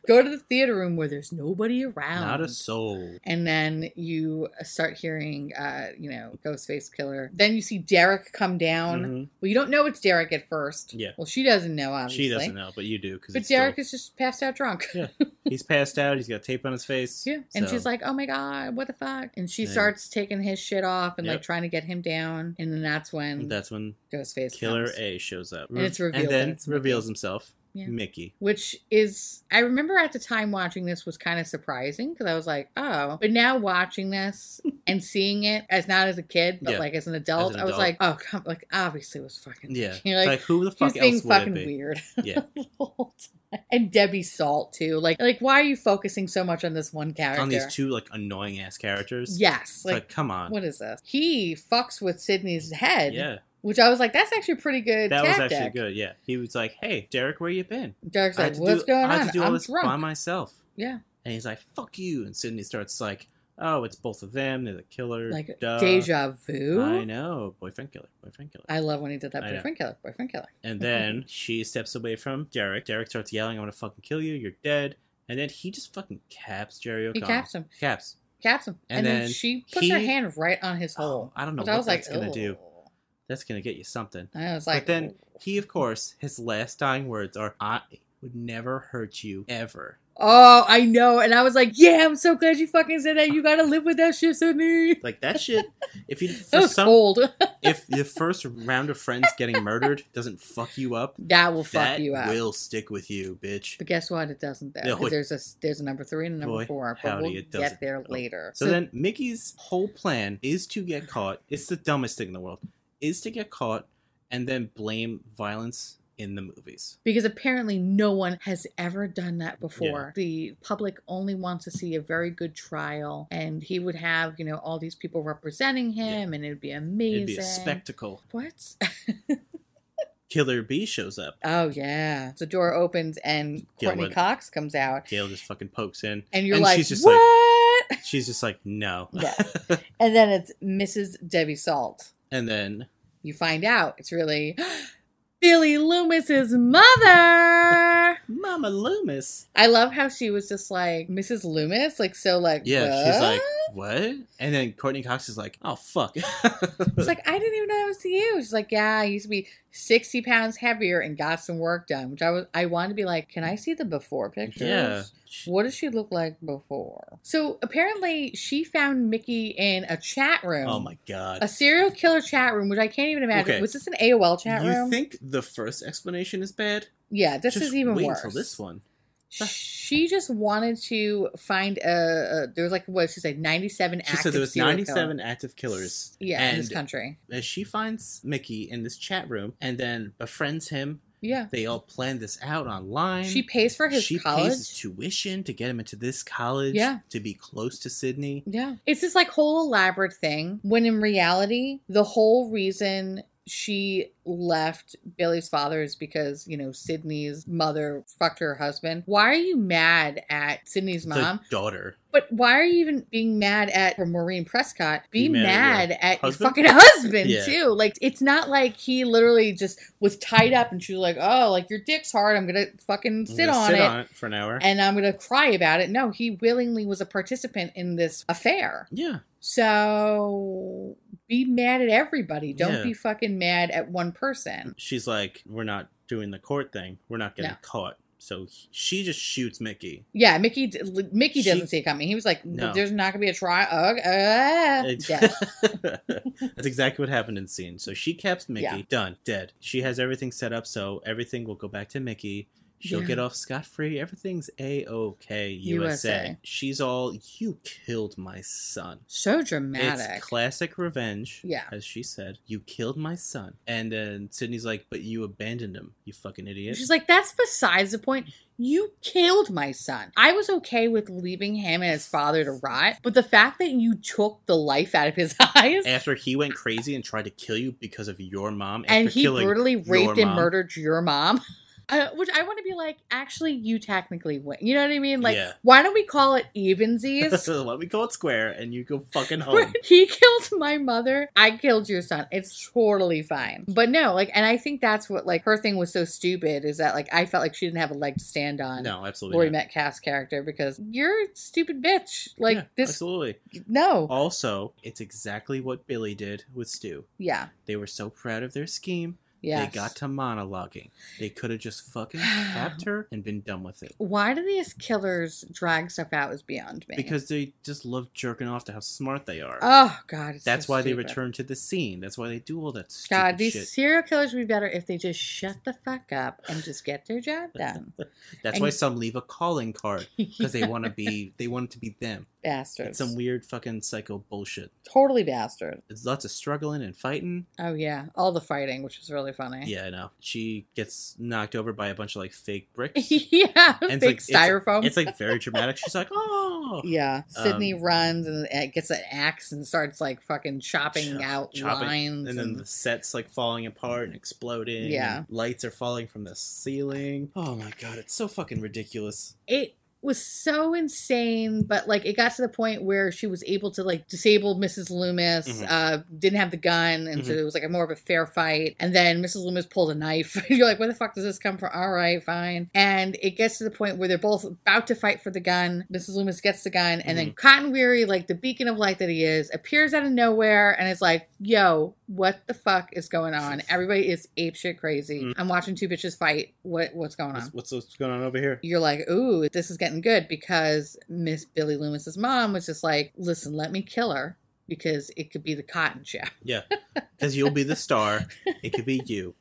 go to the theater room where there's nobody around.
Not a soul.
and then you start hearing uh you know ghostface killer then you see derek come down
Mhm.
well you don't know it's derek at first
Yeah.
well she doesn't know obviously
She doesn't know, but you do because
but derek is just passed out drunk [LAUGHS]
Yeah. he's passed out. He's got tape on his face.
yeah and
So,
she's like oh my god what the fuck and she
Yeah.
starts taking his shit off and like
Yep.
trying to get him down and then that's when
That's when
ghostface
Killer
comes.
A shows up,
"Mm, And it's revealed that
then
it's Mickey.
reveals himself,
Yeah.
Mickey.
which is I remember at the time watching this was kind of surprising because I was like, oh, but now watching
[LAUGHS]
this and seeing it as not as a kid but
Yeah.
like as an adult,
As an
I was
adult.
like, oh, come, like obviously it was fucking
Yeah,
You're [LAUGHS] like,
like, who the
she
fuck
was
else
being
would
fucking
it be?
weird. [LAUGHS]
Yeah.
the whole time. and Debbie Salt too. Like, like why are you focusing so much on this one character?
On these two like annoying ass characters.
yes,
It's
like.
like, come on.
what is this? He fucks with Sydney's head,
yeah,
which I was like, "That's actually a pretty good."
that was
tactic.
actually good. Yeah, he was like, "Hey, Derek, where you been?
Derek's
I had
like,
to
"What's
do,
going
I had
on?
to do all
I'm
this
drunk."
by myself."
yeah,
And he's like, "Fuck you!" And Sydney starts like, "Oh, it's both of them. They're the killer."
like
Duh.
deja vu.
I know, boyfriend killer, boyfriend killer.
I love when he did that.
I know.
Boyfriend killer, boyfriend killer. [LAUGHS]
And then she steps away from Derek. Derek starts yelling, "I'm gonna fucking kill you. You're dead." And then he just fucking caps Jerry
He
O'Connell.
caps him,
Caps.
caps him, and,
And
then,
then
she puts her
he-
hand right on his
Oh,
hole.
I don't know
which
what that's gonna do. That's gonna get you something.
"Ugh." I was like,
but then he, of course, his last dying words are, "I would never hurt you ever."
oh, I know, and I was like, yeah, I'm so glad you fucking said that. You gotta live with that shit, Sydney.
Like that shit. If
[LAUGHS]
you
That
for
was
some
cold. [LAUGHS]
if the first round of friends getting murdered doesn't fuck you up,
that will fuck
that
you up.
will stick with you, bitch.
But guess what? It doesn't. Though,
No,
'cause
it-
there's a there's a number three and a number
Boy,
four, but
howdy,
we'll
it
get
doesn't.
there
Oh.
later.
So, then Mickey's whole plan is to get caught. It's the dumbest thing in the world. Is to get caught and then blame violence in the movies.
because apparently no one has ever done that before. The public only wants to see a very good trial, and he would have, you know, all these people representing him, and it'd be amazing.
It'd be a spectacle.
What? [LAUGHS]
Killer B shows up.
Oh yeah. The door opens and
Yeah,
Courtney
what-
Cox comes out,
Gail just fucking pokes in.
and you're
And
like,
she's just like- [LAUGHS]
what?
She's just like, no.
Yeah. and then it's Mrs. Debbie Salt.
And then
You find out it's really [GASPS] Billy Loomis's mother.
[LAUGHS] Mama Loomis.
I love how she was just like Mrs. Loomis, like so like
Yeah,
"What?" Um,
she's like, what? And then Courtney Cox is like, oh fuck.
She's like, I didn't even know that was you. She's like, yeah, I used to be 60 pounds heavier and got some work done, which I was, I wanted to be like, can I see the before pictures?
yeah.
What does she look like before? So apparently she found Mickey in a chat room.
Oh my god.
A serial killer chat room, which I can't even imagine.
Okay.
Was this an AOL chat
you
room?
think the first explanation is bad?
yeah, this
Just
is even
wait
worse.
Until this one.
She just wanted to find a, a there was like what she said, 97
She
active
said there was
serial
97
killer-
active killers.
Yeah, in this
and
country.
as she finds Mickey in this chat room and then befriends him,
Yeah.
they all plan this out online.
She pays for his
she
college.
pays his tuition to get him into this college.
Yeah.
to be close to Sydney.
Yeah. It's this like whole elaborate thing when in reality, the whole reason she left Billy's father is because, you know, Sydney's mother fucked her husband. Why are you mad at
It's
Sydney's
like
mom?
daughter.
But why are you even being mad at Maureen Prescott?
Be
Be
mad at
mad at your
husband?
fucking husband
Yeah.
too. Like it's not like he literally just was tied up and she was like, "Oh, like your dick's hard. I'm gonna fucking
I'm
sit,
gonna
on,
sit
it
on it for an hour.
and I'm gonna cry about it." No, he willingly was a participant in this affair.
yeah,
So be mad at everybody. Don't
Yeah.
be fucking mad at one person.
she's like, we're not doing the court thing. We're not getting
No.
caught. So he- she just shoots Mickey.
Yeah, Mickey. d- li- Mickey
She-
doesn't see it coming. He was like,
No.
"There's not gonna be a trial." Uh, uh,
It's-
dead.
[LAUGHS] That's exactly what happened in the scene. So she caps Mickey.
Yeah.
Done. Dead. She has everything set up so everything will go back to Mickey. She'll
Yeah.
get off scot free. Everything's a okay. USA.
USA.
She's all you killed my son.
so dramatic.
It's classic revenge.
Yeah.
As she said, you killed my son. And then Sydney's like, but you abandoned him, you fucking idiot.
She's like, that's besides the point. You killed my son. I was okay with leaving him and his father to rot, but the fact that you took the life out of his [LAUGHS] eyes
After he went crazy and tried to kill you because of your mom, after
and he
killing
brutally raped and
mom.
murdered your mom. [LAUGHS] Uh, which I want to be like, actually, you technically win. You know what I mean? Like,
Yeah.
why don't we call it evensies? [LAUGHS]
so [LAUGHS] let me call it square and you go fucking home.
he killed my mother. I killed your son. It's totally fine. But no, like, and I think that's what, like, her thing was so stupid is that, like, I felt like she didn't have a leg to stand on.
no, absolutely.
Lori
not.
Metcalf's character because you're a stupid bitch. Like
Yeah, Oh.
this,
Absolutely.
no,
Also, it's exactly what Billy did with Stu.
yeah,
They were so proud of their scheme,
yeah.
they got to monologuing. They could have just
[SIGHS]
fucking tapped her and been done with it.
Why do these killers drag stuff out? Is beyond me.
Because they just love jerking off to how smart they are.
oh god, it's
That's
so
why they
stupid.
return to the scene. That's why they do all that stupid
God, these
shit.
serial killers would be better if they just shut the fuck up and just get their job
[LAUGHS]
done.
That's
and-
why some leave a calling card because they want to be. They want it to be them.
[LAUGHS] bastards,
It's some weird fucking psycho bullshit.
totally bastard.
It's lots of struggling and fighting.
Oh yeah, all the fighting, which is really funny.
Yeah, I know. She gets knocked over by a bunch of like fake bricks.
[LAUGHS] [LAUGHS] yeah,
And it's
big
like- it's like-
styrofoam.
it's
[LAUGHS]
like very dramatic. She's like, oh,
Yeah, Sydney
Um,
runs and uh, gets an axe and starts like fucking chopping
Chop-
out
chopping,
lines.
and then the set's like falling apart and exploding.
Yeah.
and lights are falling from the ceiling. Oh my god, it's so fucking ridiculous.
it was so insane, but like it got to the point where she was able to like disable Mrs. Loomis.
Mhm.
Uh, didn't have the gun, and so
Mhm.
it was like a more of a fair fight. And then Mrs. Loomis pulled a knife. [LAUGHS] You're like, where the fuck does this come from? All right, fine. And it gets to the point where they're both about to fight for the gun. Mrs. Loomis gets the gun, and then Cotton Weary, like the beacon of light that he is, appears out of nowhere and is like, "Yo, what the fuck is going on? Everybody is apeshit crazy.
Mhm.
I'm watching two bitches fight. What what's going on?"
What's, what's what's going on over here?
you're like, ooh, this is getting good because Miss Billy Loomis's mom was just like, listen, let me kill her because it could be the cotton chef.
Because you'll be the star.
[LAUGHS]
It could be you.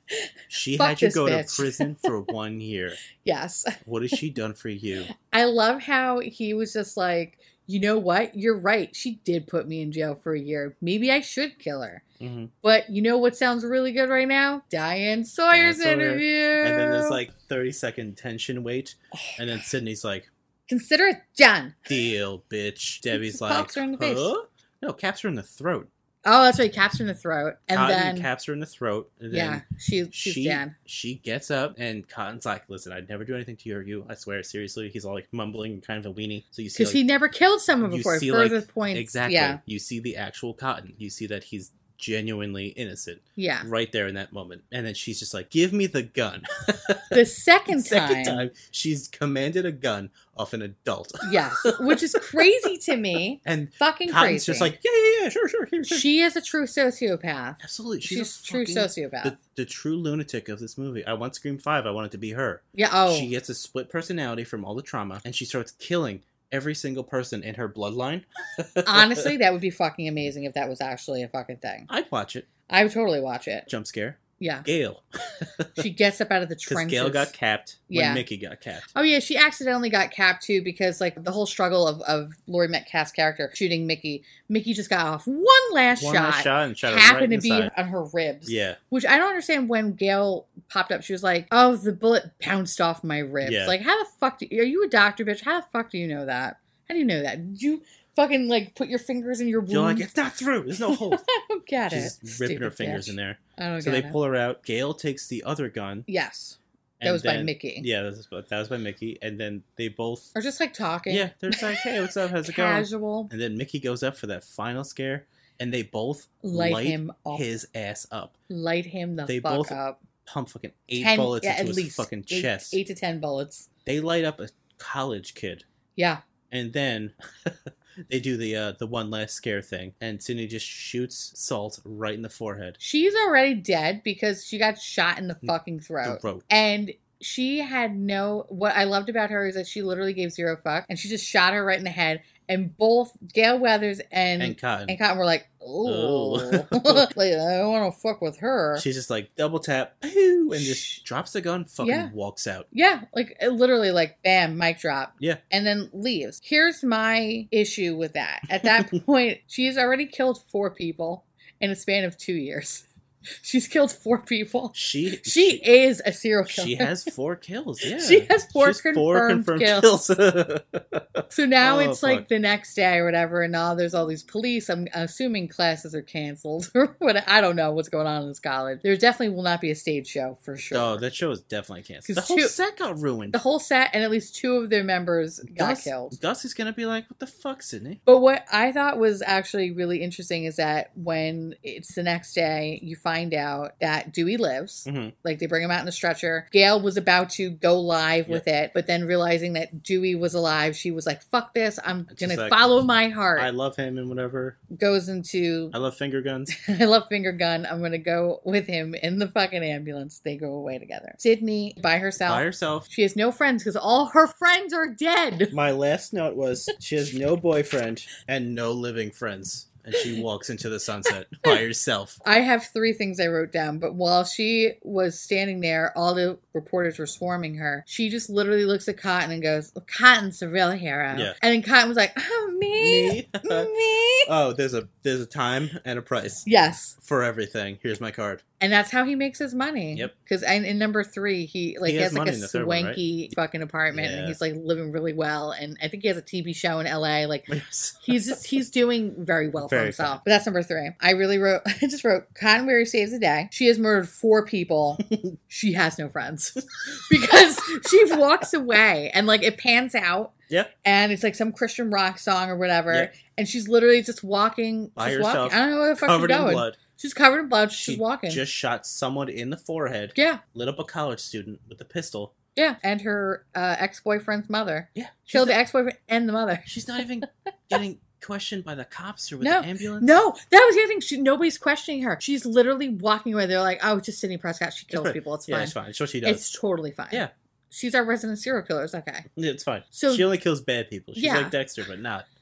She
Fuck
had you
this
go
bitch.
to prison for one year.
[LAUGHS] Yes.
What has she done for you?
I love how he was just like, you know what? You're right. She did put me in jail for a year. Maybe I should kill her.
Mhm.
But you know what sounds really good right now? Diane Sawyer's
Sawyer.
interview.
And then there's like 30 second tension wait. And then Sydney's like,
consider it done.
deal, bitch. Debbie's like,
Pops her in the face.
"Huh?" no, caps her in the throat.
Oh, that's right. Caps her in the throat. And
Cotton
then,
caps her in the throat. And then
yeah, she, she's
she
dead.
she gets up and Cotton's like, listen, I'd never do anything to you or you. I swear, seriously. He's all like mumbling, kind of a weenie. So you see,
Because
like,
he never killed someone
you
before.
see,
Further
like,
points.
exactly.
Yeah.
You see the actual Cotton. You see that he's genuinely innocent.
Yeah.
right there in that moment. And then she's just like, "Give me the gun." [LAUGHS]
The second,
Second
time.
time, she's commanded a gun off an adult, [LAUGHS]
Yes, which is crazy to me.
and
Fucking
Cotton's
crazy.
just like, "Yeah, yeah, yeah, sure, sure, here, here."
she is a true sociopath.
Absolutely,
She's,
she's, a
true
fucking-
sociopath.
The, the true lunatic of this movie. I want Scream Five. I want it to be her.
yeah. Oh,
She gets a split personality from all the trauma, and she starts killing every single person in her bloodline. [LAUGHS]
oh, honestly, that would be fucking amazing if that was actually a fucking thing.
I'd watch it.
I would totally watch it.
Jump scare. [LAUGHS]
Yeah.
Gail,
She gets up out of the
because
trenches.
Gail got capped
Yeah.
when Mickey got capped.
Oh yeah, she accidentally got capped too because like the whole struggle of of Lori Metcalf's character shooting Mickey. Mickey just got off one last
One
shot.
last shot and shot her right in
happened
the
to be
side.
on her ribs.
Yeah,
Which I don't understand. When Gail popped up, she was like, "Oh, the bullet bounced off my ribs."
Yeah.
Like, how the fuck do, are you a doctor, bitch? How the fuck do you know that? How do you know that? Did you Fucking like put your fingers in your wound.
You're like, it's not through. There's no hole.
[LAUGHS] I don't get it.
She's ripping her
Stupid Oh
fingers
bitch.
in there.
I don't
So
get
they
it.
pull her out. Gail takes the other gun.
yes, that
and
was by
then-
Mickey.
Yeah, that was, that was by Mickey. And then they both.
Or just like talking.
Yeah, they're just like, hey, what's up? How's it going?
Casual.
And then Mickey goes up for that final scare, and they both
Light,
Light
him up.
his ass up.
light him the
They
fuck
both-
up.
Pump fucking eight
Ten-
bullets
yeah,
into
at
his
least
fucking
eight-
chest.
Eight to ten bullets.
They light up a college kid.
Yeah.
And then [LAUGHS] they do the uh, the one last scare thing, and Sydney just shoots Salt right in the forehead,
She's already dead because she got shot in the
Mm.
fucking
the
throat.
throat.
And she had no. What I loved about her is that she literally gave zero fuck, and she just shot her right in the head. And both Gail Weathers and
And
and,
Cotton,
Cotton were like, "Oh, [LAUGHS] like, I don't want to fuck with her."
she's just like double tap, poo, and
Shh.
just drops the gun, fucking
Yeah.
walks out.
Yeah, like uh, literally, like bam, mic drop.
Yeah.
and then leaves. Here's my issue with that.
[LAUGHS]
At that point, she's already killed four people in a span of two years. [LAUGHS] She's killed four people.
She
She [LAUGHS] is a serial killer.
she has four kills. Yeah,
She has four
She's
confirmed
kills. [LAUGHS]
So now
Oh,
it's like
fuck.
the next day or whatever, and now there's all these police. I'm assuming classes are canceled [LAUGHS] or what. I don't know what's going on in this college. There definitely will not be a stage show for sure.
oh, that show is definitely canceled. The
'Cause
whole
two-
set got ruined.
the whole set and at least two of their members got
Gus,
killed.
Gus is gonna be like, "What the fuck, Sydney?"
But what I thought was actually really interesting is that when it's the next day, you find out that Dewey lives.
Mhm.
Like they bring him out in the stretcher. Gail was about to go live with it, but then realizing that Dewey was alive, she was like, fuck this. I'm
It's
going
just
to
like,
follow my heart.
I love him and whatever.
Goes into,
I love finger guns.
I love finger gun. I'm going to go with him in the fucking ambulance. They go away together. Sydney by herself.
By herself.
she has no friends because all her friends are dead.
My last note was she has no boyfriend and no living friends, and
[LAUGHS]
she walks into the sunset by herself.
I have three things I wrote down, but while she was standing there, all the reporters were swarming her. She just literally looks at Cotton and goes, "Well, Cotton's the real hero.
Yeah.
And then Cotton was like, Oh, me?
Me?
me?
oh, there's a there's a time and a price
Yes.
for everything. Here's my card. [LAUGHS]
And that's how he makes his money.
Yep.
Because in, in number three, he like
He
has,
has
like
money
a
in the third one, right?
swanky fucking apartment and
Yeah.
he's like living really well. And I think he has a TV show in LA. Like He's just he's doing very well for
Very
himself. But that's number three. I really wrote [LAUGHS] I just wrote Cotton Weary saves the day. She has murdered
[LAUGHS]
four people. she has no friends. [LAUGHS] because she walks away and like it pans out.
Yep.
And it's like some Christian rock song or whatever.
Yep.
And she's literally just walking
By
she's
herself,
Walking. I don't know where the fuck
covered
she's
in
going.
blood.
She's covered in blood. She's
She
walking.
Just shot someone in the forehead.
yeah.
Lit up a college student with a pistol.
Yeah. And her uh, ex boyfriend's mother.
Yeah, she's
Killed the
not-
ex boyfriend and the mother.
She's not
[LAUGHS]
even getting questioned by the cops or with
No,
the ambulance.
No, that was the other thing. She, nobody's questioning her. She's literally walking away. They're like, "Oh, it's just Sydney Prescott. She kills
fine.
people. It's
yeah,
fine.
it's
It's,
fine. It's what she does.
totally fine."
Yeah.
she's our resident serial killer. It's okay.
Yeah, it's fine.
So-
she only kills bad people. She's
Yeah.
like Dexter, but not.
[LAUGHS]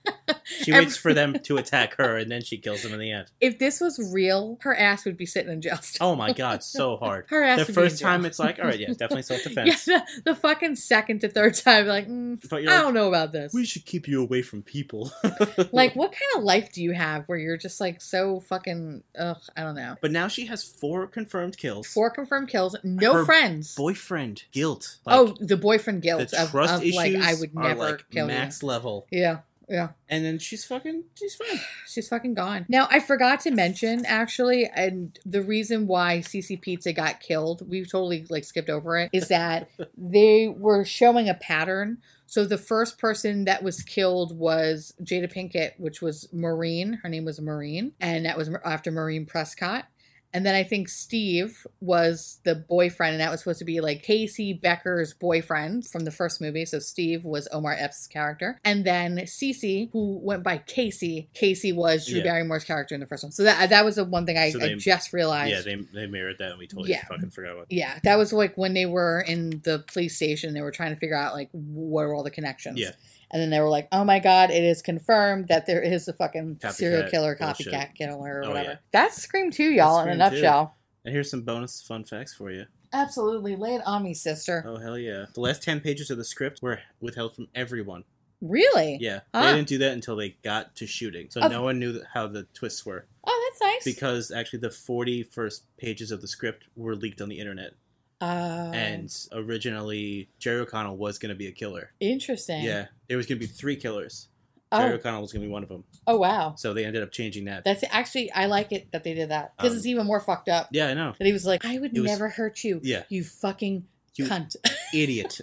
She
Every-
waits for them to attack her, and then she kills them in the end.
If this was real, her ass would be sitting in jail. Still.
Oh my god,
[LAUGHS]
so hard.
her ass.
The
would
first
be in jail. [LAUGHS]
time, it's like, all right, yeah, definitely self
yeah,
defense.
the, the fucking second to third time, like, mm,
But
I
you're like,
don't know about this.
we should keep you away from people. [LAUGHS]
like, what kind of life do you have where you're just like so fucking? Ugh, I don't know.
but now she has four confirmed kills.
Four confirmed kills, no
Her
friends.
boyfriend guilt.
oh, the boyfriend guilt
the
of,
trust
of,
issues
like I would
are
never
like
kill
max level,
you. Yeah, yeah.
and then she's fucking, she's fine.
She's fucking gone. Now, I forgot to mention actually, and the reason why CC Pizza got killed, we've totally like skipped over it, is that they were showing a pattern. So the first person that was killed was Jada Pinkett, which was Maureen. Her name was Maureen, and that was after Maureen Prescott. And then I think Steve was the boyfriend, and that was supposed to be like Casey Becker's boyfriend from the first movie. So Steve was Omar Epps' character. And then Cece, who went by Casey, Casey was Drew
Yeah.
Barrymore's character in the first one. So that that was the one thing I,
So they-
I just realized.
Yeah, they they mirrored that, and we totally
Yeah.
fucking forgot about.
Yeah, that was like when they were in the police station. They were trying to figure out like what are all the connections.
Yeah.
and then they were like, "Oh my god, it is confirmed that there is a fucking
Copycat
serial killer,
bullshit.
copycat killer, or
Oh,
whatever."
yeah.
That's Scream Two, y'all, in a
Scream 2.
nutshell.
And here's some bonus fun facts for you.
Absolutely, lay it on me, sister.
Oh hell yeah! The last ten pages of the script were withheld from everyone.
Really?
Yeah,
Huh.
they didn't do that until they got to shooting, so
Oh.
no one knew how the twists were.
Oh, that's nice.
Because actually, the forty first pages of the script were leaked on the internet,
Oh,
and originally Jerry O'Connell was going to be a killer.
interesting.
Yeah, there was going to be three killers, Jerry
Oh,
O'Connell was gonna be one of them,
oh wow.
so they ended up changing that.
That's actually I like it that they did that because
Um,
it's even more fucked up.
yeah, I know.
That he was like, I would
It was-
never hurt you.
Yeah.
You fucking
You
[LAUGHS] cunt.
idiot.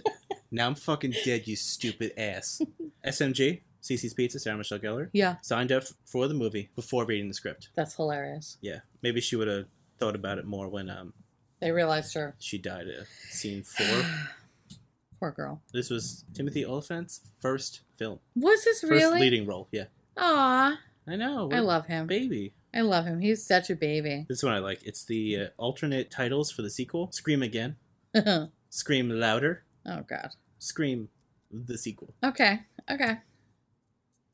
now I'm fucking dead, you stupid ass.
[LAUGHS]
SMG, CC's Pizza, Sarah Michelle Gellar
yeah,
signed up for the movie before reading the script.
that's hilarious.
Yeah, maybe she would have thought about it more when um
They realized her.
she died at scene four.
[SIGHS] Poor girl.
this was Timothy Oliphant's first film,
Was this
first
really?
leading role. Yeah,
Aw,
I know.
I
what a
love him.
baby.
I love him. He's such a baby. [LAUGHS]
This one I like. It's the uh, alternate titles for the sequel: Scream Again,
oh
Scream Louder,
God.
Scream the sequel.
Okay. Okay.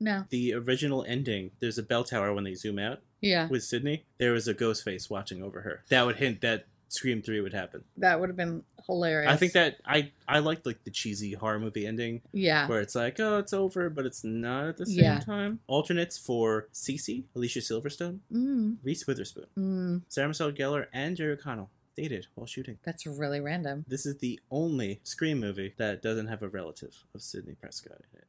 No.
The original ending. There's a bell tower when they zoom out.
Yeah.
with Sydney, there was a ghost face watching over her. That would hint that Scream Three would happen.
That would have been hilarious.
I think that I I liked like the cheesy horror movie ending
Yeah.
where it's like, oh, it's over, but it's not at the same
Yeah.
time. Alternates for Cece, Alicia Silverstone,
Mm.
Reese Witherspoon,
Mm.
Sarah Michelle Gellar, and Jerry O'Connell dated while shooting.
That's really random.
This is the only Scream movie that doesn't have a relative of Sidney Prescott in it.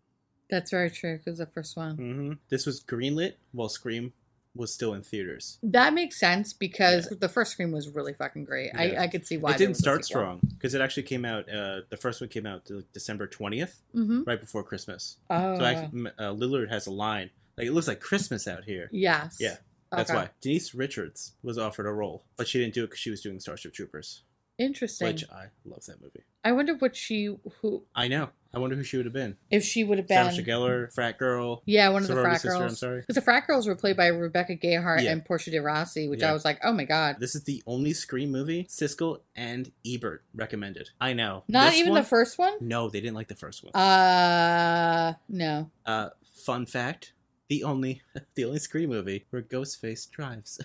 That's very true because the first one.
hmm This was greenlit while Scream was still in theaters.
That makes sense because the first scream was really fucking great.
Yeah.
I, I could see why
it
there
didn't
was a
start
sequel.
strong because it actually came out. Uh, the first one came out like, December twentieth,
Mhm.
right before Christmas.
Oh,
So I, m- uh, Lillard has a line like it looks like Christmas out here.
yes.
Yeah, That's
Okay.
why Denise Richards was offered a role, but she didn't do it because she was doing Starship Troopers,
Interesting.
which I love that movie.
I wonder what she who
I know. I wonder who she would have been.
if she would have
Sarah
been.
Michelle Gellar, frat girl,
Yeah, one of the
sorority
frat
sister. I'm
girls.
sorry.
Because the frat girls were played by Rebecca Gayheart
Yeah.
and Portia de Rossi, which
Yeah.
I was like, oh my god.
This is the only Scream movie Siskel and Ebert recommended. I know.
Not
This
even
one-
the first one.
No, they didn't like the first one.
Uh, no.
Uh, fun fact: the only [LAUGHS] the only Scream movie where Ghostface drives.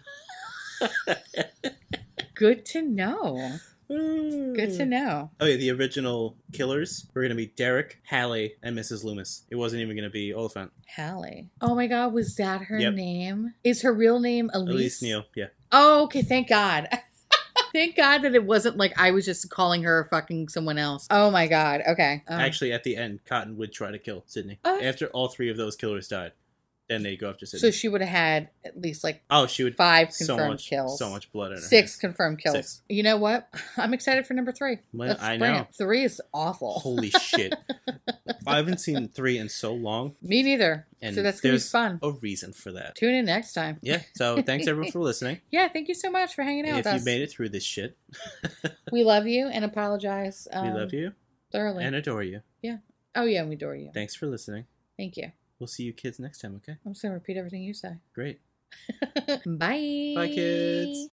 [LAUGHS]
Good to know. Good
Good
to know.
Oh yeah, the original killers were gonna be Derek, Hallie, and Mrs. Loomis. It wasn't even gonna be Oliphant.
Hallie. Oh my god, was that her
Yep.
name? Is her real name Elise?
Elise Neal, yeah.
Oh, okay. Thank God. [LAUGHS] thank God that it wasn't like I was just calling her fucking someone else. Oh my God. Okay. Um,
Actually, at the end, Cotton would try to kill Sydney.
Oh.
After all three of those killers died, then they go after Sydney.
so she would have had at least like
oh, she would
five
so
confirmed
much,
kills.
so much blood in her.
Six
hands.
confirmed kills.
Six.
You know what? I'm excited for number three.
Well,
Let's
I
bring
know.
it. Three is awful.
Holy
[LAUGHS]
shit! I haven't seen three in so long.
Me neither.
And
so that's gonna be
there's-
fun.
A reason for that.
Tune in next time.
Yeah. So thanks everyone for listening.
Yeah, thank [LAUGHS] you so much for hanging out
if
with us.
you made it through this shit,
we love you and apologize. Um,
we love you
thoroughly.
and adore you.
oh yeah, we adore you.
Thanks for listening.
Thank you.
We'll see you kids next time. Okay.
I'm just gonna repeat everything you say.
Great.
Bye.
Bye, kids.